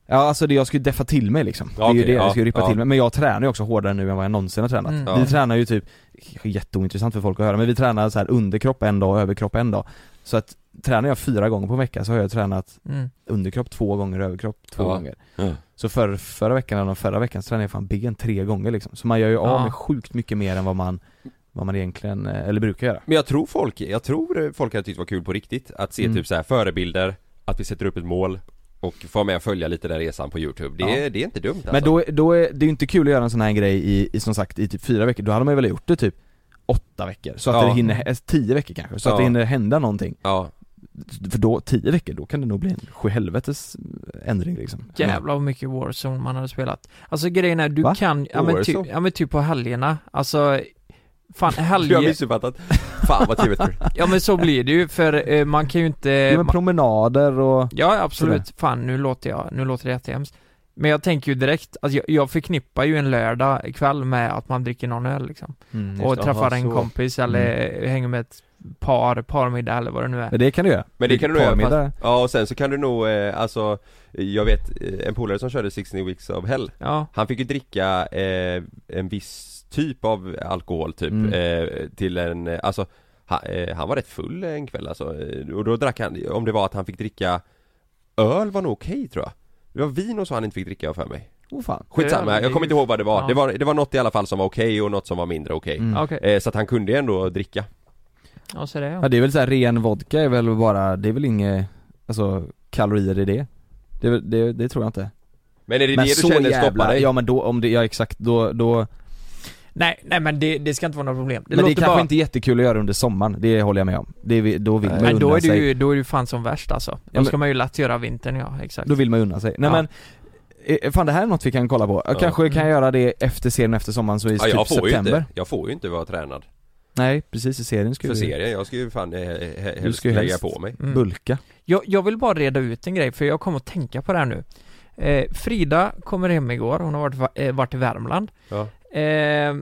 Ja alltså det, jag skulle deffa till mig liksom. det är ju
Okej,
det,
ja,
jag skulle rippa
ja.
till mig. Men jag tränar ju också hårdare nu än vad jag någonsin har tränat.
Mm.
Ja.
Vi tränar ju typ, jätteointressant för folk att höra, men vi tränar så här underkropp en dag och överkropp en dag. Så att tränar jag fyra gånger på en vecka så har jag tränat
Mm.
underkropp två gånger, överkropp två
Ja.
gånger.
Ja.
Så för, förra veckan eller förra veckan så tränade jag fan ben tre gånger liksom. Så man gör ju av
Ja.
med sjukt mycket mer än vad man, vad man egentligen, eh, eller brukar göra.
Men jag tror folk, jag tror folk hade tyckt det var kul på riktigt att se
Mm.
typ så här förebilder, att vi sätter upp ett mål och få med och följa lite den resan på youtube. Det, är, det är inte dumt alltså.
Men då, är- då är det är ju inte kul att göra en sån här grej i, i som sagt i typ fyra veckor, då hade man ju väl gjort det typ åtta veckor, så att
Ja.
det hinner, eh, tio veckor kanske, så att
Ja.
det hinner hända någonting.
Ja,
För då, tio veckor, då kan det nog bli en sjuhelvetes ändring liksom.
Jävlar vad mycket Warzone man hade spelat. Alltså grejen är, du
Va?
kan, ja men, ty,
Warzone?
ja men typ på helgerna, alltså Fan,
du har
helger,
missuppfattat. Fan vad trevligt.
ja men så blir det ju för eh, man kan ju inte
Ja, men
man-
promenader och...
Ja absolut, fan nu låter jag, nu låter det jättehemskt Men jag tänker ju direkt, alltså jag, jag förknippar ju en lördag kväll med att man dricker någon öl liksom
Mm,
Och träffar en kompis eller hänger med ett par, parmiddag eller vad det nu är
Mm. Men det kan du göra.
Men det kan du nog göra,
Parmiddag.
Ja och sen så kan du nog, eh, alltså Jag vet eh, en polare som körde 16 weeks of hell
Ja,
Han fick ju dricka eh, en viss typ av alkohol typ
Mm.
eh, Till en, eh, alltså han, eh, han var rätt full en kväll alltså eh, Och då drack han, om det var att han fick dricka Öl var nog okej tror jag Det var vin och så han inte fick dricka för mig
Oh, fan.
Skitsamma,
Öl, det är
jag kommer
ju-
inte ihåg vad det var
ja.
det, var det var något i alla fall som var okej och något som var mindre okej
Mm.
okej,
eh, Så att han kunde ju ändå dricka
ja så det
Ja
ja.
det är väl så här ren vodka är väl bara, det är väl inget, alltså kalorier i det. Det, är väl- det, det tror jag inte.
Men är det det du känner stoppar dig?
ja men då, om det, ja exakt, då, då
Nej, nej men det, det ska inte vara något problem Det
Men det är
låter
kanske
bara,
inte är jättekul att göra under sommaren, det håller jag med om. Det, är vi- då vill man
men
unna
då är du
sig.
ju, då är du fan som värst alltså Då
men-
ska man ju lätt göra vintern ja, exakt
Då vill man unna sig. Nej
Ja.
men, eh, fan det här är något vi kan kolla på. Jag
Ja.
Kanske kan
Mm.
jag göra det efter serien, efter sommaren, så i
Ja,
typ
jag, får ju
september.
inte, jag får ju inte vara tränad
Nej precis, i serien skulle
för
vi
serien, jag skulle ju fan eh, he- he-
Du
helst
ska ju
lägga
helst-
på mig
Mm.
bulka.
Jag, jag vill bara reda ut en grej, för jag kom att tänka på det här nu. Eh, Frida kommer hem igår, hon har varit, va- eh, varit i Värmland.
Ja.
Eh,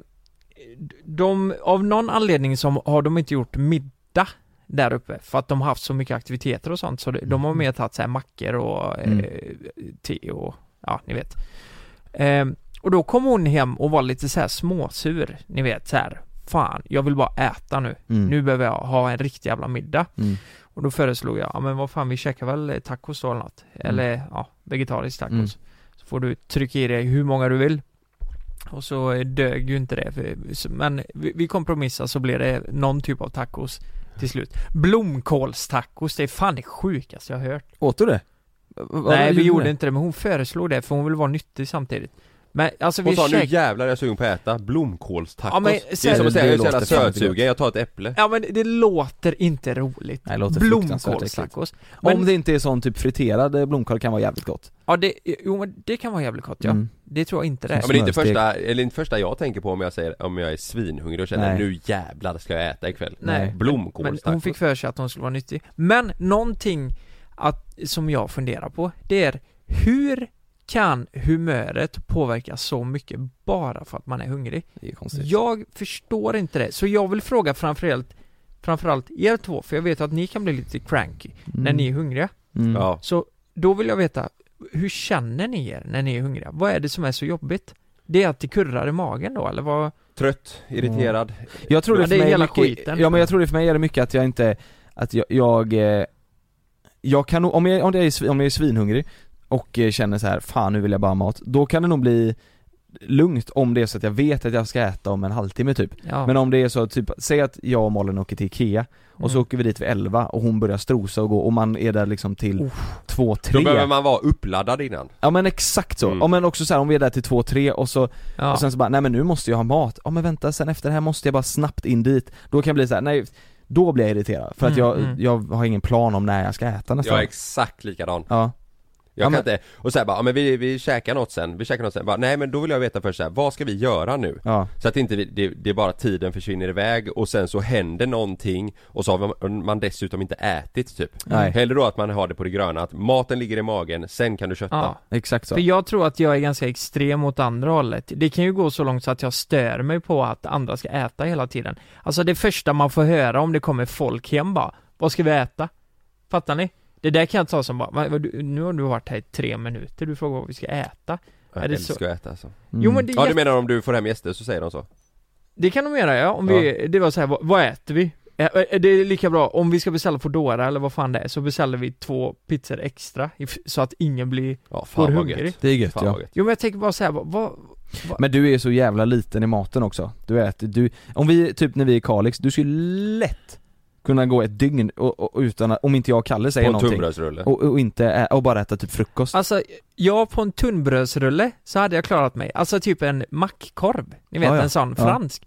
de, av någon anledning som har de inte gjort middag där uppe, för att de har haft så mycket aktiviteter och sånt, så de, de har mer tagit så här mackor och eh,
Mm.
te och, ja ni vet. Eh, och då kom hon hem och var lite så här småsur, ni vet så här. Fan, jag vill bara äta nu.
Mm.
Nu behöver jag ha en riktig jävla middag.
Mm.
Och då föreslog jag, ja men vad fan vi käkar väl eh, tacos då eller något. Eller ja, vegetariskt tacos.
Mm.
Så får du trycka i dig hur många du vill. Och så eh, dög ju inte det. för- så- Men vi, vi kompromissade så blev det någon typ av tacos till slut. Blomkålstacos, det är fan det sjukaste jag har hört.
Åt du det? Va- va-
Nej vi
du
gjorde
det?
inte det, men hon föreslog det för hon vill vara nyttig samtidigt. Men alltså
Hon
vi
sa nu
käkade...
jävlar jag är sugen på att äta blomkålstacos
Ja, men
Det är som att säga jag är så jävla
Det låter fan
sötsugen, jag tar ett äpple
Ja men det låter inte roligt.
Nej, det låter fruktansvärt äckligt.
Blomkålstacos. Men,
Om det inte är sån typ friterad eh, blomkål kan vara jävligt gott.
ja, det, jo, men det kan vara jävligt gott ja.
Mm.
Det tror jag inte det är.
Ja, men det är inte
smörsteg.
första, eller inte första jag tänker på om jag säger om jag är svinhungrig och känner
Nej.
nu jävlar ska jag äta ikväll
Nej. Men
Blomkålstacos
hon fick för sig att hon skulle vara nyttig. Men någonting att, som jag funderar på, det är hur kan humöret påverka så mycket bara för att man är hungrig?
Det är konstigt.
Jag förstår inte det, så jag vill fråga framförallt Framförallt er två, för jag vet att ni kan bli lite cranky när ni är hungriga.
Mm.
Ja,
Så då vill jag veta, hur känner ni er när ni är hungriga? Vad är det som är så jobbigt? Det är att det kurrar i magen då, eller vad?
trött, irriterad
Jag tror det,
Ja,
för
det är
mig är
hela
mycket,
skiten. liksom.
Ja men jag tror det för mig är det mycket att jag inte, att jag, jag, eh, jag kan nog, om jag, om jag, är, svi- om jag är svinhungrig och eh, känner så här, fan nu vill jag bara ha mat, då kan det nog bli lugnt om det är så att jag vet att jag ska äta om en halvtimme typ.
Ja.
Men om det är så att typ, säg att jag och Malin åker till Ikea och så
Mm.
åker vi dit vid 11 och hon börjar strosa och gå och man är där liksom till
Oh.
2-3
Då behöver man vara uppladdad innan
Ja men exakt så,
Mm.
ja, men också så här, om vi är där till 2-3 och så
ja.
och sen så bara, nej men nu måste jag ha mat, ja men vänta sen efter det här måste jag bara snabbt in dit Då kan jag bli så här, nej då blir jag irriterad för att
Mm,
jag,
mm.
jag har ingen plan om när jag ska äta nästa
Jag är
gång
exakt likadan
Ja,
Jag
Ja,
kan
men-
inte, och såhär bara, ja, men vi, vi käkar något sen, vi käkar något sen, bara, nej men då vill jag veta först såhär, vad ska vi göra nu?
ja,
Så att inte vi, det, det är bara tiden försvinner iväg och sen så händer någonting och så har man- man dessutom inte ätit typ
Nej.
Hellre då att man har det på det gröna, att maten ligger i magen, sen kan du kötta
Ja.
exakt så
För jag tror att jag är ganska extrem åt andra hållet. Det kan ju gå så långt så att jag stör mig på att andra ska äta hela tiden. Alltså det första man får höra om det kommer folk hem bara, vad ska vi äta? Fattar ni? Det där kan jag ta som bara, "Vad- vad du- nu har du varit här i tre minuter, du frågar vad vi ska äta
Jag
Är det
älskar
så?
att äta alltså.
Mm.
Jo men det, är
Ja du
jätte-
menar om du får hem gäster så säger de så?
det kan de göra ja, om vi, det var så här, vad, vad äter vi? Ä- ä- Det är lika bra, om vi ska beställa Foodora eller vad fan det är, så beställer vi två pizzor extra if- Så att ingen blir
Ja,
Går
fan vad
hungrig?
gött.
Det är gött
Fan
ja.
vad gött.
Jo men jag tänker bara säga vad, vad, vad
Men du är så jävla liten i maten också. Du äter, du, om vi, typ när vi är i Kalix, du skulle lätt kunna gå ett dygn och, och, utan att, om inte jag och Kalle
På
säger
en
någonting. Oh.
tunnbrödsrulle?
Och, och inte, ä, och bara äta typ frukost.
Alltså, jag på en tunnbrödsrulle så hade jag klarat mig, alltså typ en mackkorv, ni vet
Ja, ja.
en sån
Ja.
fransk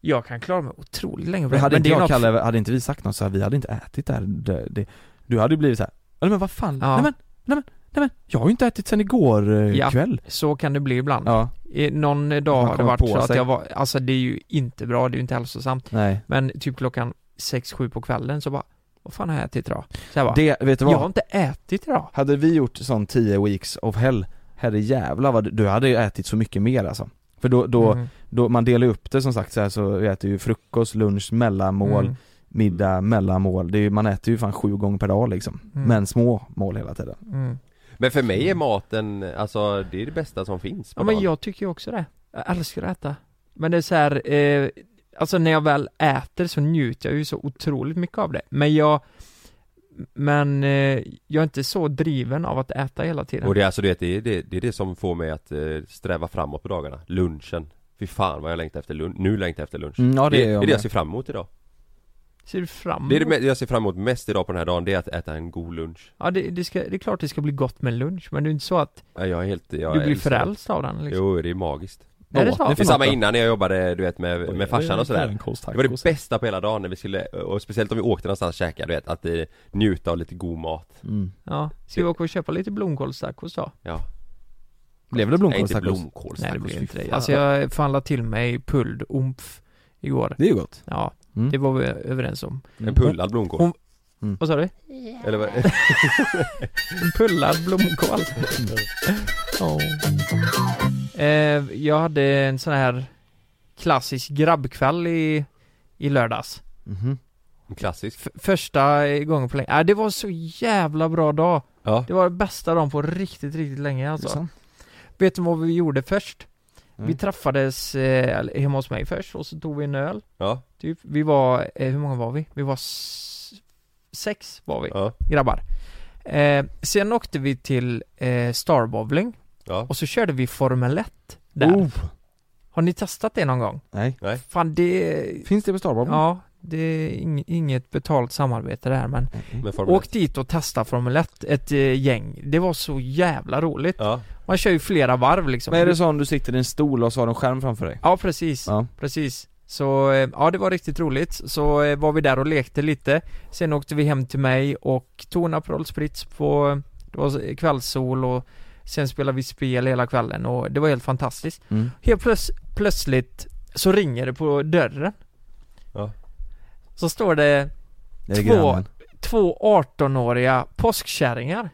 Jag kan klara mig otroligt länge
Men hade
men
inte
det är
jag och
något-
Kalle, hade inte vi sagt något så här, vi hade inte ätit där, det, det, du hade ju blivit så här, "Ja, men vad fan,
Ja.
nej men, nej men, nej men, jag har ju inte ätit sen igår eh,
Ja.
kväll.
Så kan det bli ibland
Ja,
I- Någon dag
Man
har det
kommer
varit
på
så att
sig.
jag var, alltså det är ju inte bra, det är ju inte hälsosamt
nej.
Men typ klockan sex sju på kvällen så bara, vad fan har jag ätit idag? Så jag bara,
Det, vet du vad?
jag har inte ätit idag
Hade vi gjort sån 10 weeks of hell, herre jävlar vad du- du hade ju ätit så mycket mer alltså. För då, då,
Mm.
då man delar ju upp det som sagt så här så vi äter ju frukost, lunch, mellanmål,
Mm.
middag, mellanmål. Det är ju, man äter ju fan sju gånger per dag liksom.
Mm.
Men små mål hela tiden.
Mm.
Men för mig är maten, alltså det är det bästa som finns på
Ja men
dagen.
jag tycker ju också det. Jag älskar att äta. Men det är så här, eh, alltså när jag väl äter så njuter jag ju så otroligt mycket av det. Men jag, men eh, jag är inte så driven av att äta hela tiden.
Och det är alltså du vet, det, är det, det är det som får mig att eh, sträva framåt på dagarna. Lunchen. Fy fan vad jag längtar efter lunch. Nu längtar jag efter lunch.
Mm, ja det, är jag
det
med.
jag ser fram emot idag.
Ser du fram emot?
Det är det me- jag ser fram emot mest idag på den här dagen, det är att äta en god lunch.
Ja det, det, ska, det är klart det ska bli gott med lunch, men det är inte så att
Ja, Jag är helt, jag
du blir
älskar det.
förälskad av den liksom.
Jo, det är magiskt.
Är det
Åh,
så?
Det är
får
samma
något,
innan när jag jobbade, du vet med, med farsan och sådär. Det var det bästa på hela dagen när vi skulle, och speciellt om vi åkte någonstans och käkade, du vet, att eh, njuta av lite god mat.
Mm.
Ja, ska vi åka och köpa lite blomkålstacos då?
Ja.
Blev det
Nej, inte
blomkålstacos?
blomkålstacos.
Nej det blir
fy
inte det.
fan.
Alltså jag fan la till mig pulled omf igår.
Det är ju gott.
Ja,
Mm.
det var vi överens om.
En pullad blomkål.
Mm. Hon- Vad sa du?
Eller vad?
En pullad blomkål. eh, jag hade en sån här klassisk grabbkväll i, i lördags.
Mhm.
Klassisk.
F- första gången på länge. Äh, det var så jävla bra dag.
Ja.
Det var den bästa dagen på riktigt, riktigt länge
Det är
alltså.
sant.
Vet du vad vi gjorde först?
Mm.
Vi träffades eh, eller hemma hos mig först och så tog vi en öl.
Ja.
Typ. Vi var, eh, hur många var vi? Vi var s- sex var vi,
Ja.
grabbar. Eh, sen åkte vi till eh, Star Bowling.
Ja.
Och så körde vi Formel 1 där.
Oh,
Har ni testat det någon gång?
nej.
Nej.
Fan det...
Finns det på Starbucks?
Ja, det är ing- inget betalt samarbete där men
Men Formel
Åk
ett.
dit och testa Formel 1, ett eh, gäng. Det var så jävla roligt.
Ja.
Man kör ju flera varv liksom.
Men är det sån du sitter i en stol och så har du en skärm framför dig?
Ja precis,
Ja.
precis. Så eh, ja, det var riktigt roligt. Så eh, var vi där och lekte lite. Sen åkte vi hem till mig och tog en Aperol Spritz på, det var kvällssol och sen spelade vi spel hela kvällen och det var helt fantastiskt.
Mm.
Helt plöts- plötsligt så ringer det på dörren.
Ja.
Så står det
Det är
Två.
grannen.
två 18-åriga påskkärringar.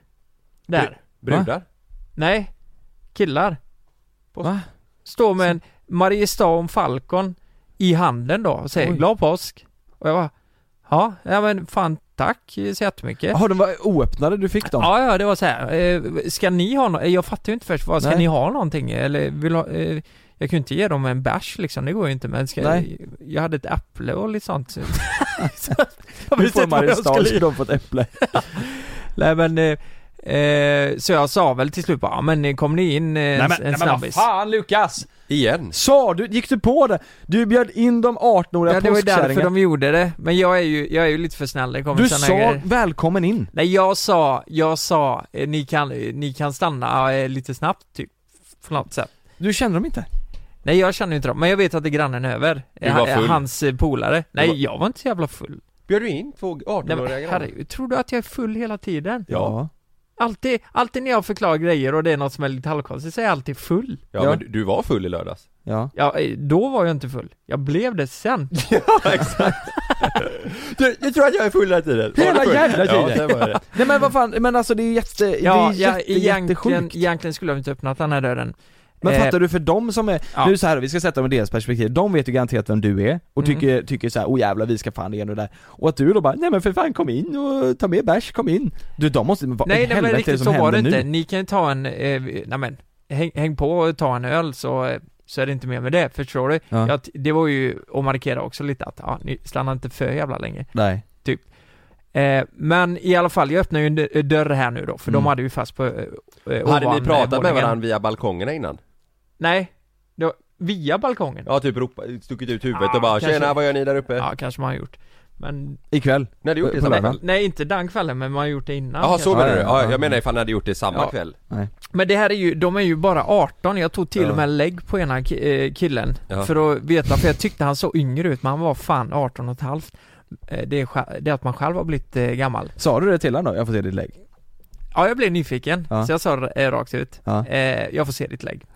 Där.
Brudar?
Nej. Killar. Påsk.
Va?
Står med en Mariestad Falcon i handen då och säger
Oj.
glad påsk. Och jag bara ja, ja men fan tack så jättemycket.
Jaha, de var oöppnade du fick dem?
Ja, ja, det var så här. Eh, ska ni ha något? Jag fattar ju inte först, vad, ska
Nej.
ni ha någonting? Eller vill ha, eh, jag kunde inte ge dem en bärs liksom, det går ju inte men ska,
Nej.
jag hade ett äpple och lite sånt. Så jag
Du får Mariestad
skulle
så de får ett äpple.
Nej men, eh, eh, så jag sa väl till slut bara, "Ja, men eh, kom ni in eh, en, en snabbis?
fan Lukas!
Igen?
Sa du, gick du på det? Du bjöd in de 18-åriga
Ja det var ju därför
påskkärringarna.
de gjorde det, men jag är ju, jag är ju lite för snäll, det kommer
Du
såna
sa
grejer.
välkommen in.
Nej jag sa, jag sa, eh, ni kan, eh, ni kan stanna eh, lite snabbt typ, på något sätt.
Du kände dem inte?
Nej jag känner ju inte dem, men jag vet att det är grannen över.
Du var
Eh,
full.
Hans eh, polare. Nej
var-
jag var inte så jävla full.
Bjöd du in två
Nej, men,
18-åriga grannar?
herregud, tror du att jag är full hela tiden?
Ja.
Alltid, alltid när jag förklarar grejer och det är något som är lite halvkonstigt så är jag alltid full.
Ja, men du- du var full i lördags.
Ja.
Ja, eh, då var jag inte full. Jag blev det sen.
Ja, exakt. Du, jag tror att jag är full hela tiden.
Hela
Var du full?
jävla
Ja,
tiden.
sen var jag det.
Nej men vad fan, men alltså det är jätte,
Ja,
det är
ja
jätte,
egentligen,
jättesjukt.
egentligen skulle jag inte öppnat den här dörren.
Men
Eh,
fattar du för dem som är,
ja.
nu så här, vi ska sätta dem i deras perspektiv, de vet ju garanterat vem du är och
Mm.
tycker, tycker så här, oh jävlar vi ska fan igen och där Och att du då bara, nej men för fan kom in och ta med bärs, kom in Du de måste, vad i
Nej, nej men
helvete är det
riktigt
som
så var det
händer
inte.
nu?
Ni kan ju ta en, eh, nej men, häng, häng på och ta en öl så, eh, så är det inte mer med det, förstår du?
Ja.
Ja, t- det var ju att markera också lite att, ja, ni stannar inte för jävla länge.
Nej,
Eh, men i alla fall, jag öppnar ju en d- dörr här nu då, för
Mm.
de hade ju fast på eh, eh,
Hade ni
ovan,
pratat med
eh, våningen.
varandra via balkongerna innan?
Nej, det var via balkongen. Ja.
Ja typ ropa, stuckit ut huvudet
Ja,
och bara
kanske.
'Tjena, vad gör ni där uppe?'
kanske man har gjort. Men,
ikväll
Ni hade gjort
På-
det
på
samma
lördagen.
kväll?
nej inte den kvällen, men man har gjort det innan.
Jaha,
kanske.
så menar du?
Ja, ja,
Ja,
ja.
jag menar ifall ni hade gjort det samma
Ja.
kväll
Men det här är ju, de är ju bara 18, jag tog till
Ja.
och med lägg på ena ki- eh, killen
Ja.
För att veta, för jag tyckte han såg yngre ut men han var fan 18 och ett halvt Eh, det är, sj- det är att man själv har blivit eh, gammal
Sa du det till honom då? Jag får se ditt lägg
Ja jag blev nyfiken,
Ja.
så jag sa det, eh, rakt ut
Ja.
eh, Jag får se ditt lägg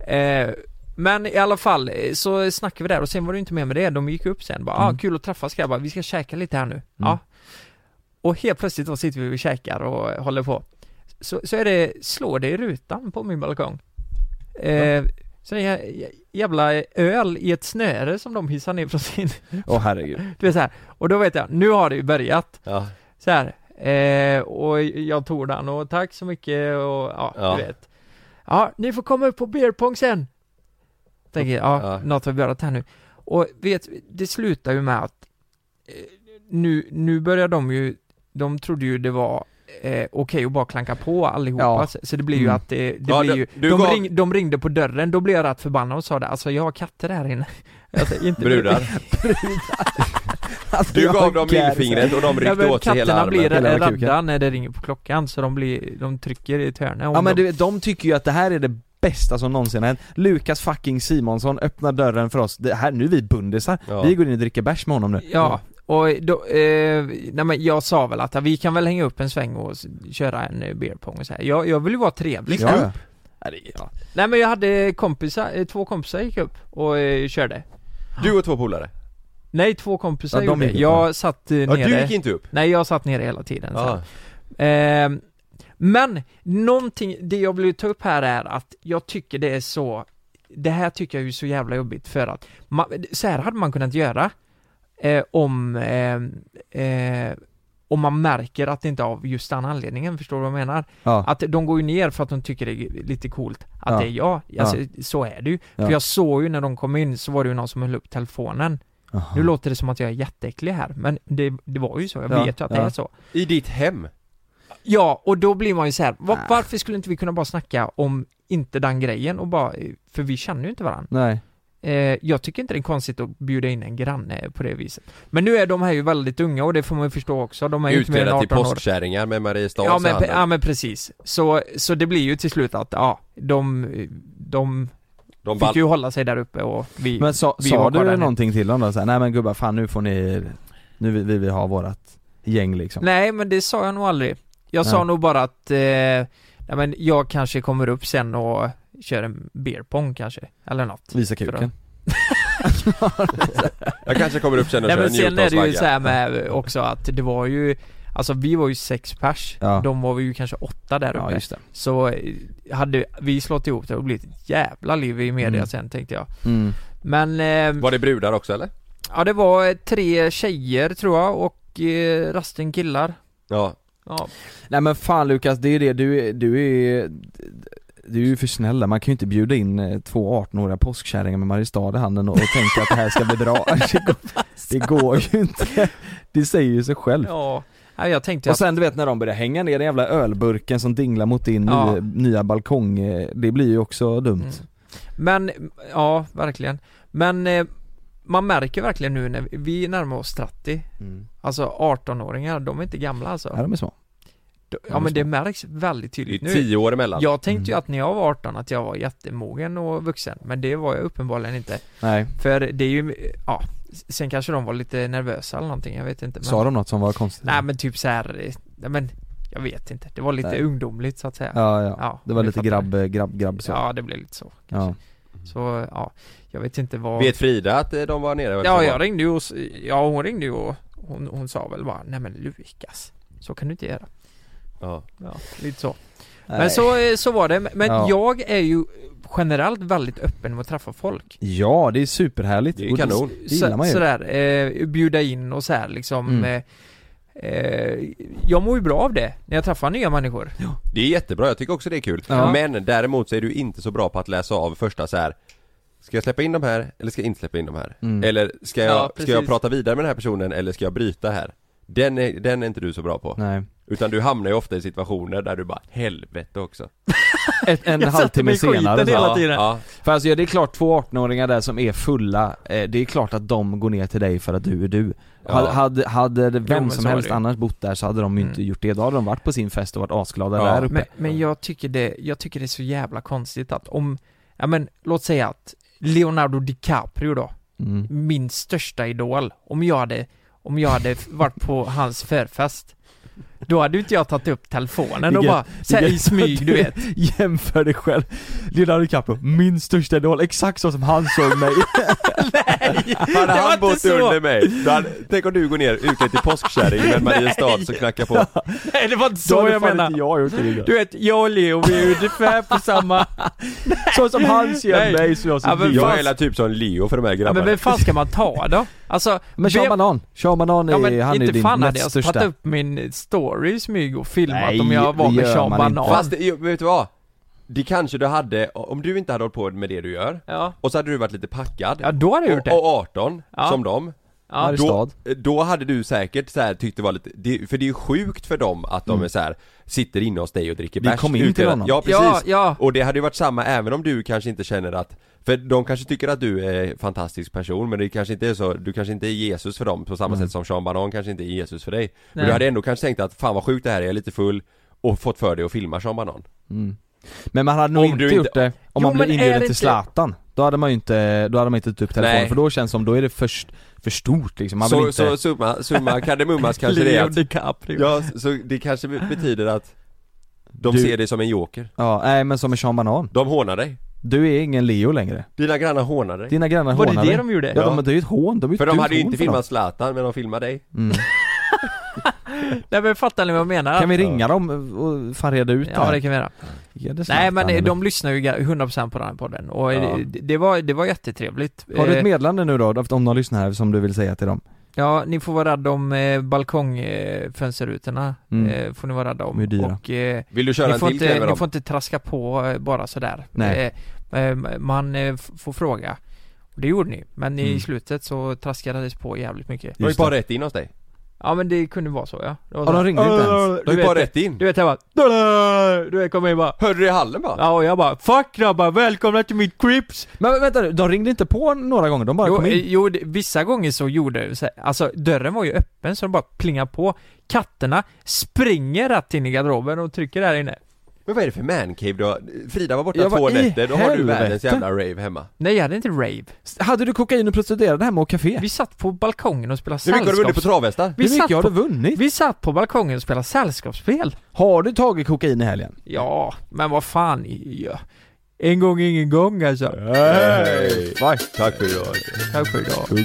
eh, Men i alla fall, eh, så snackade vi där och sen var det ju inte mer med det, de gick upp sen bara ah,
Mm.
kul att träffas grabbar, vi ska käka lite här nu Ja Och helt plötsligt då sitter vi och käkar och håller på Så, så är det, slår det i rutan på min balkong eh, Så är det jä- jävla öl i ett snöre som de hissar ner från sin,
Åh herregud
du vet så här. Och då vet jag, nu har det ju börjat
Ja,
så här. Eh, och jag tog den och tack så mycket och ja,
Ja.
du vet Ja, ni får komma upp på beerpong sen Tänker jag, ja,
Ja.
något har börjat här nu Och vet, det slutar ju med att eh, nu, nu börjar de ju De trodde ju det var eh, okej att bara klanka på allihopa
Ja.
så, så det blir ju
Mm.
att det, det
Ja,
blir
du-
ju
du
de,
gav-
ring, de ringde på dörren, då blev jag rätt förbannad och sa det Alltså jag har katter här inne alltså, inte
brudar
Alltså,
Du
jag
gav dem
gär-
lillfingret och de
Ja,
ryckte
men
åt sig hela
katterna
armen
blir
Hela
rädda
kuken.
när det ringer på klockan så de blir, de trycker i törnen om
Ja men
dem.
du, de tycker ju att det här är det bästa som någonsin har hänt Lukas fucking Simonsson öppnar dörren för oss, det här, nu är vi bundisar
Ja.
Vi går in och dricker bärs med honom nu
Ja, och då, eh, nej men jag sa väl att ja, vi kan väl hänga upp en sväng och s- köra en eh, beer pong och så här. Jag, jag vill ju vara trevlig
Ja, ja.
Ja, det- ja.
Nej men jag hade kompisar, eh, två kompisar gick upp och eh, körde
Du och två polare?
Nej två kompisar
Ja, de
gjorde
gick
det.
upp,
jag satt eh,
Ja,
nere
du gick inte upp?
Nej jag satt nere hela tiden så här.
Ja.
Ehm, men någonting, det jag vill ta upp här är att jag tycker det är så Det här tycker jag är så jävla jobbigt för att man, så här hade man kunnat göra eh, om eh, eh, om man märker att det inte är av just den anledningen, förstår du vad jag menar?
Ja.
Att de går ju ner för att de tycker det är lite coolt att
Ja.
det är jag, alltså så är det ju.
Ja.
För jag såg ju när de kom in så var det ju någon som höll upp telefonen. Nu
Jaha.
låter det som att jag är jätteäcklig här, men det, det var ju så, jag
Ja,
vet ju att
ja.
det är så.
I ditt hem?
Ja, och då blir man ju så här, va-
Ah.
varför skulle inte vi kunna bara snacka om inte den grejen och bara, eh, för vi känner ju inte varandra.
Nej,
Eh, jag tycker inte det är konstigt att bjuda in en granne på det viset. Men nu är de här ju väldigt unga och det får man ju förstå också, de är ju inte mer än
Utklädda
18
till
år.
påskkärringar med Mariestad
Ja men,
handen.
ja men precis. Så, så det blir ju till slut att, ja, de, de
De bara,
fick ju hålla sig där uppe och vi...
men sa,
vi
sa
var
du
där nu.
någonting till dem då? Så här, nej men gubbar, fan nu får ni, nu vill vi, vi ha vårat gäng liksom
Nej men det sa jag nog aldrig. Jag
Nej.
sa nog bara att, eh, nej men jag kanske kommer upp sen och kör en beer pong kanske, eller något.
Visa
Bra.
kuken
jag kanske kommer upp sen och
Nej
kör
men
en
sen är det ju så
Newtons
här med också att det var ju Alltså vi var ju sex pers,
Ja.
de var ju kanske åtta där
Ja
uppe
just det
Så eh, hade vi slått ihop det och blivit ett jävla liv i media
Mm.
sen tänkte jag
mm.
Men, eh,
Var det brudar också eller?
ja det var eh, tre tjejer tror jag och eh, resten killar
Ja
Ja,
Nej men fan Lukas, det är ju det, du, är- du är du är ju för snäll där. man kan ju inte bjuda in eh, två 18-åriga påskkärringar med Mariestad i handen och, och tänka att det här ska bli bra Det går, det går ju inte, det säger ju sig själv
Mm.
ja Nej, jag tänkte
Och
att,
sen du vet när de börjar hänga ner den jävla ölburken som dinglar mot din
Ja.
nya, nya balkong, eh, det blir ju också dumt
Mm. men, ja verkligen Men eh, man märker verkligen nu när vi närmar oss 30 Alltså 18-åringar, de är inte gamla alltså
Ja de är små
De-
Ja,
Ja men det märks väldigt
Det är
tydligt nu
tio år emellan
Jag tänkte ju
Mm.
att när jag var 18 att jag var jättemogen och vuxen Men det var jag uppenbarligen inte
Nej,
För det är ju, ja Sen kanske de var lite nervösa eller någonting, jag vet inte men,
sa de något som var konstigt?
Nej men typ så här, eh, nej men Jag vet inte, det var lite
Nej.
ungdomligt så att säga
Ja, ja.
Ja,
det var
ni
lite
fattar.
grabb, grabb, grabb så
Ja det blev lite så
ja.
Så ja, jag vet inte vad
Vet Frida att eh, de var nere?
Ja jag ringde ju och, s- ja hon ringde ju och hon, hon sa väl bara Nej men Lukas, så kan du inte göra
Ja.
Ja, lite så.
Nej.
Men så, eh, så var det. Men
Ja.
jag är ju generellt väldigt öppen med att träffa folk.
Ja, det är superhärligt.
Det är ju kanon.
Det gillar man ju.
Sådär, eh, bjuda in och så här liksom.
Mm.
Eh, eh, jag mår ju bra av det när jag träffar nya människor.
Det är jättebra, jag tycker också det är kul.
Ja.
Men däremot så är du inte så bra på att läsa av första så här. Ska jag släppa in de här eller ska jag inte släppa in de här?
Mm.
Eller ska jag,
Ja,
ska jag
precis.
prata vidare med den här personen eller ska jag bryta här? Den är, den är inte du så bra på.
Nej.
Utan du hamnar ju ofta i situationer där du bara helvete också.
Ett, en
Jag satte mig
halvtimme
i skiten
senare så-
hela tiden.
Ja,
För alltså, ja, det är klart två 18-åringar där som är fulla, eh, det är klart att de går ner till dig för att du är du.
Ja.
Hade, hade, hade det vem
men
som
så är
helst
det ju.
annars bott där så hade de ju inte
Mm.
gjort det. Då hade de varit på sin fest och varit asglada
Ja.
där uppe.
Men, men jag tycker det, jag tycker det är så jävla konstigt att om, ja men låt säga att Leonardo DiCaprio då,
Mm.
min största idol, om jag hade, om jag hade varit på hans förfest då hade ju inte jag tagit upp telefonen och
Vilket-
bara såhär i
vilket-
smyg du vet
Jämför dig själv. Leonardo DiCaprio, min största idol, exakt så som han såg mig.
Hade
Det var
han
inte
bott
så.
under mig, då hade, tänk om du går ner utklädd till påskkärring med en Mariestad som knackar på.
Nej det var
Då
inte så
hade
jag
fan
menar
inte jag gjort det.
Du vet, jag och Leo vi är ju ungefär på samma
Så som han ser
Nej.
mig så jag ser
Ja, men
dig.
Jag
fan-
är hela typ som Leo för de här
ja, Men
grabbarna.
vem fan ska man ta då? Alltså,
Men Sean
vem-
Banan, Sean Banan är,
ja, men
han är
inte
din
fan hade
näst
jag
största.
tagit upp min story i smyg och filmat
Nej,
om jag var
det
med
gör
Sean
man
Banan
inte.
Fast det, jo, vet du vad? Det kanske du hade, om du inte hade hållit på med det du gör,
ja.
och så hade du varit lite packad.
ja, då hade jag gjort det
och, och 18,
Ja.
som dem.
ja.
Då,
Stad.
då hade du säkert så här, tyckt det var lite, det, för det är ju sjukt för dem att de är så här, sitter inne hos dig och dricker
Mm. Vi
bärs.
kom in till
utan att-
honom.
Ja precis.
Ja, ja.
Och det hade ju varit samma även om du kanske inte känner att, för de kanske tycker att du är en fantastisk person men det kanske inte är så, du kanske inte är Jesus för dem på samma
Mm.
sätt som Sean Banan kanske inte är Jesus för dig. Men
Nej.
du hade ändå kanske tänkt att fan vad sjukt det här är, jag är lite full och fått för dig att filma Sean Banan.
Mm. Men man hade nog
Om
inte
du
gjort
inte-
det om
Jo,
man blev
men är
inbjuden
det
till
inte-
Zlatan. Då hade man ju inte, då hade man inte tagit upp telefonen
Nej.
för då känns det som, då är det för, för stort liksom. Man vill
så, så
inte...
summa, summa kardemummas kanske det är
Leo
att,
DiCaprio
ja så det kanske betyder att de
Du-
ser dig som en joker.
Ja, nej men som med Sean Banan.
De hånar dig.
Du är ingen Leo längre.
Dina grannar hånar dig.
Dina grannar
Var
hånar
det
dig.
det de gjorde?
Ja,
Ja.
de har ju ett hån, de har
För de hade ju inte filmat
filmat
Zlatan men de filmade dig.
mm.
Nej men fattar ni vad jag menar?
Kan vi ringa dem och fan reda ut
Ja det kan vi göra.
Ge det
Nej
Zlatan,
men eh,
eller?
de lyssnar ju ga- 100% på den här podden och
Ja.
det, det, var, det var jättetrevligt.
Har du
Eh,
ett meddelande nu då, om de lyssnar här, som du vill säga till dem?
Ja, ni får vara rädda om eh, balkongfönsterrutorna,
Mm.
eh, får ni vara rädda om.
De är dyra.
Och eh,
Vill du köra
ni,
en
får
till
inte,
kräver
ni
de?
får inte traska på eh, bara sådär.
Nej.
Eh, eh, man eh, f- får fråga. Och Det gjorde ni, men
Mm.
i slutet så traskades på jävligt mycket.
De har ju
Just det.
bara rätt in hos dig.
Ja men det kunde vara så ja. Det var
Ja,
så
de
här.
ringde inte ens.
De har
Du
ju bara
vet,
rätt in.
du vet jag bara "Dadada!" Du vet, kom in bara
Hörde du det i hallen bara?
Ja och jag bara 'Fuck grabbar, välkomna till mitt Crips'
Men vänta nu, de ringde inte på några gånger, de bara
Jo,
kom in?
eh, jo det, vissa gånger så gjorde så, alltså dörren var ju öppen så de bara plingade på Katterna springer rätt in i garderoben och trycker där inne
Men vad är det för mancave du har? Frida var borta
Ja,
två
vad i
nätter, då har du
helvete?
världens jävla rave hemma.
Nej jag hade inte rave
Hade du kokain och prostituerade hemma och café?
Vi satt på balkongen och spelade
Hur mycket har du vunnit på
sällskaps...
travhästar?
Vi
Hur mycket
satt
har
på-
du vunnit?
Vi satt på balkongen och spelade sällskapsspel
Har du tagit kokain i helgen?
Ja, men vad fan ja. En gång ingen gång alltså
Nej! Tack för idag.
Tack för idag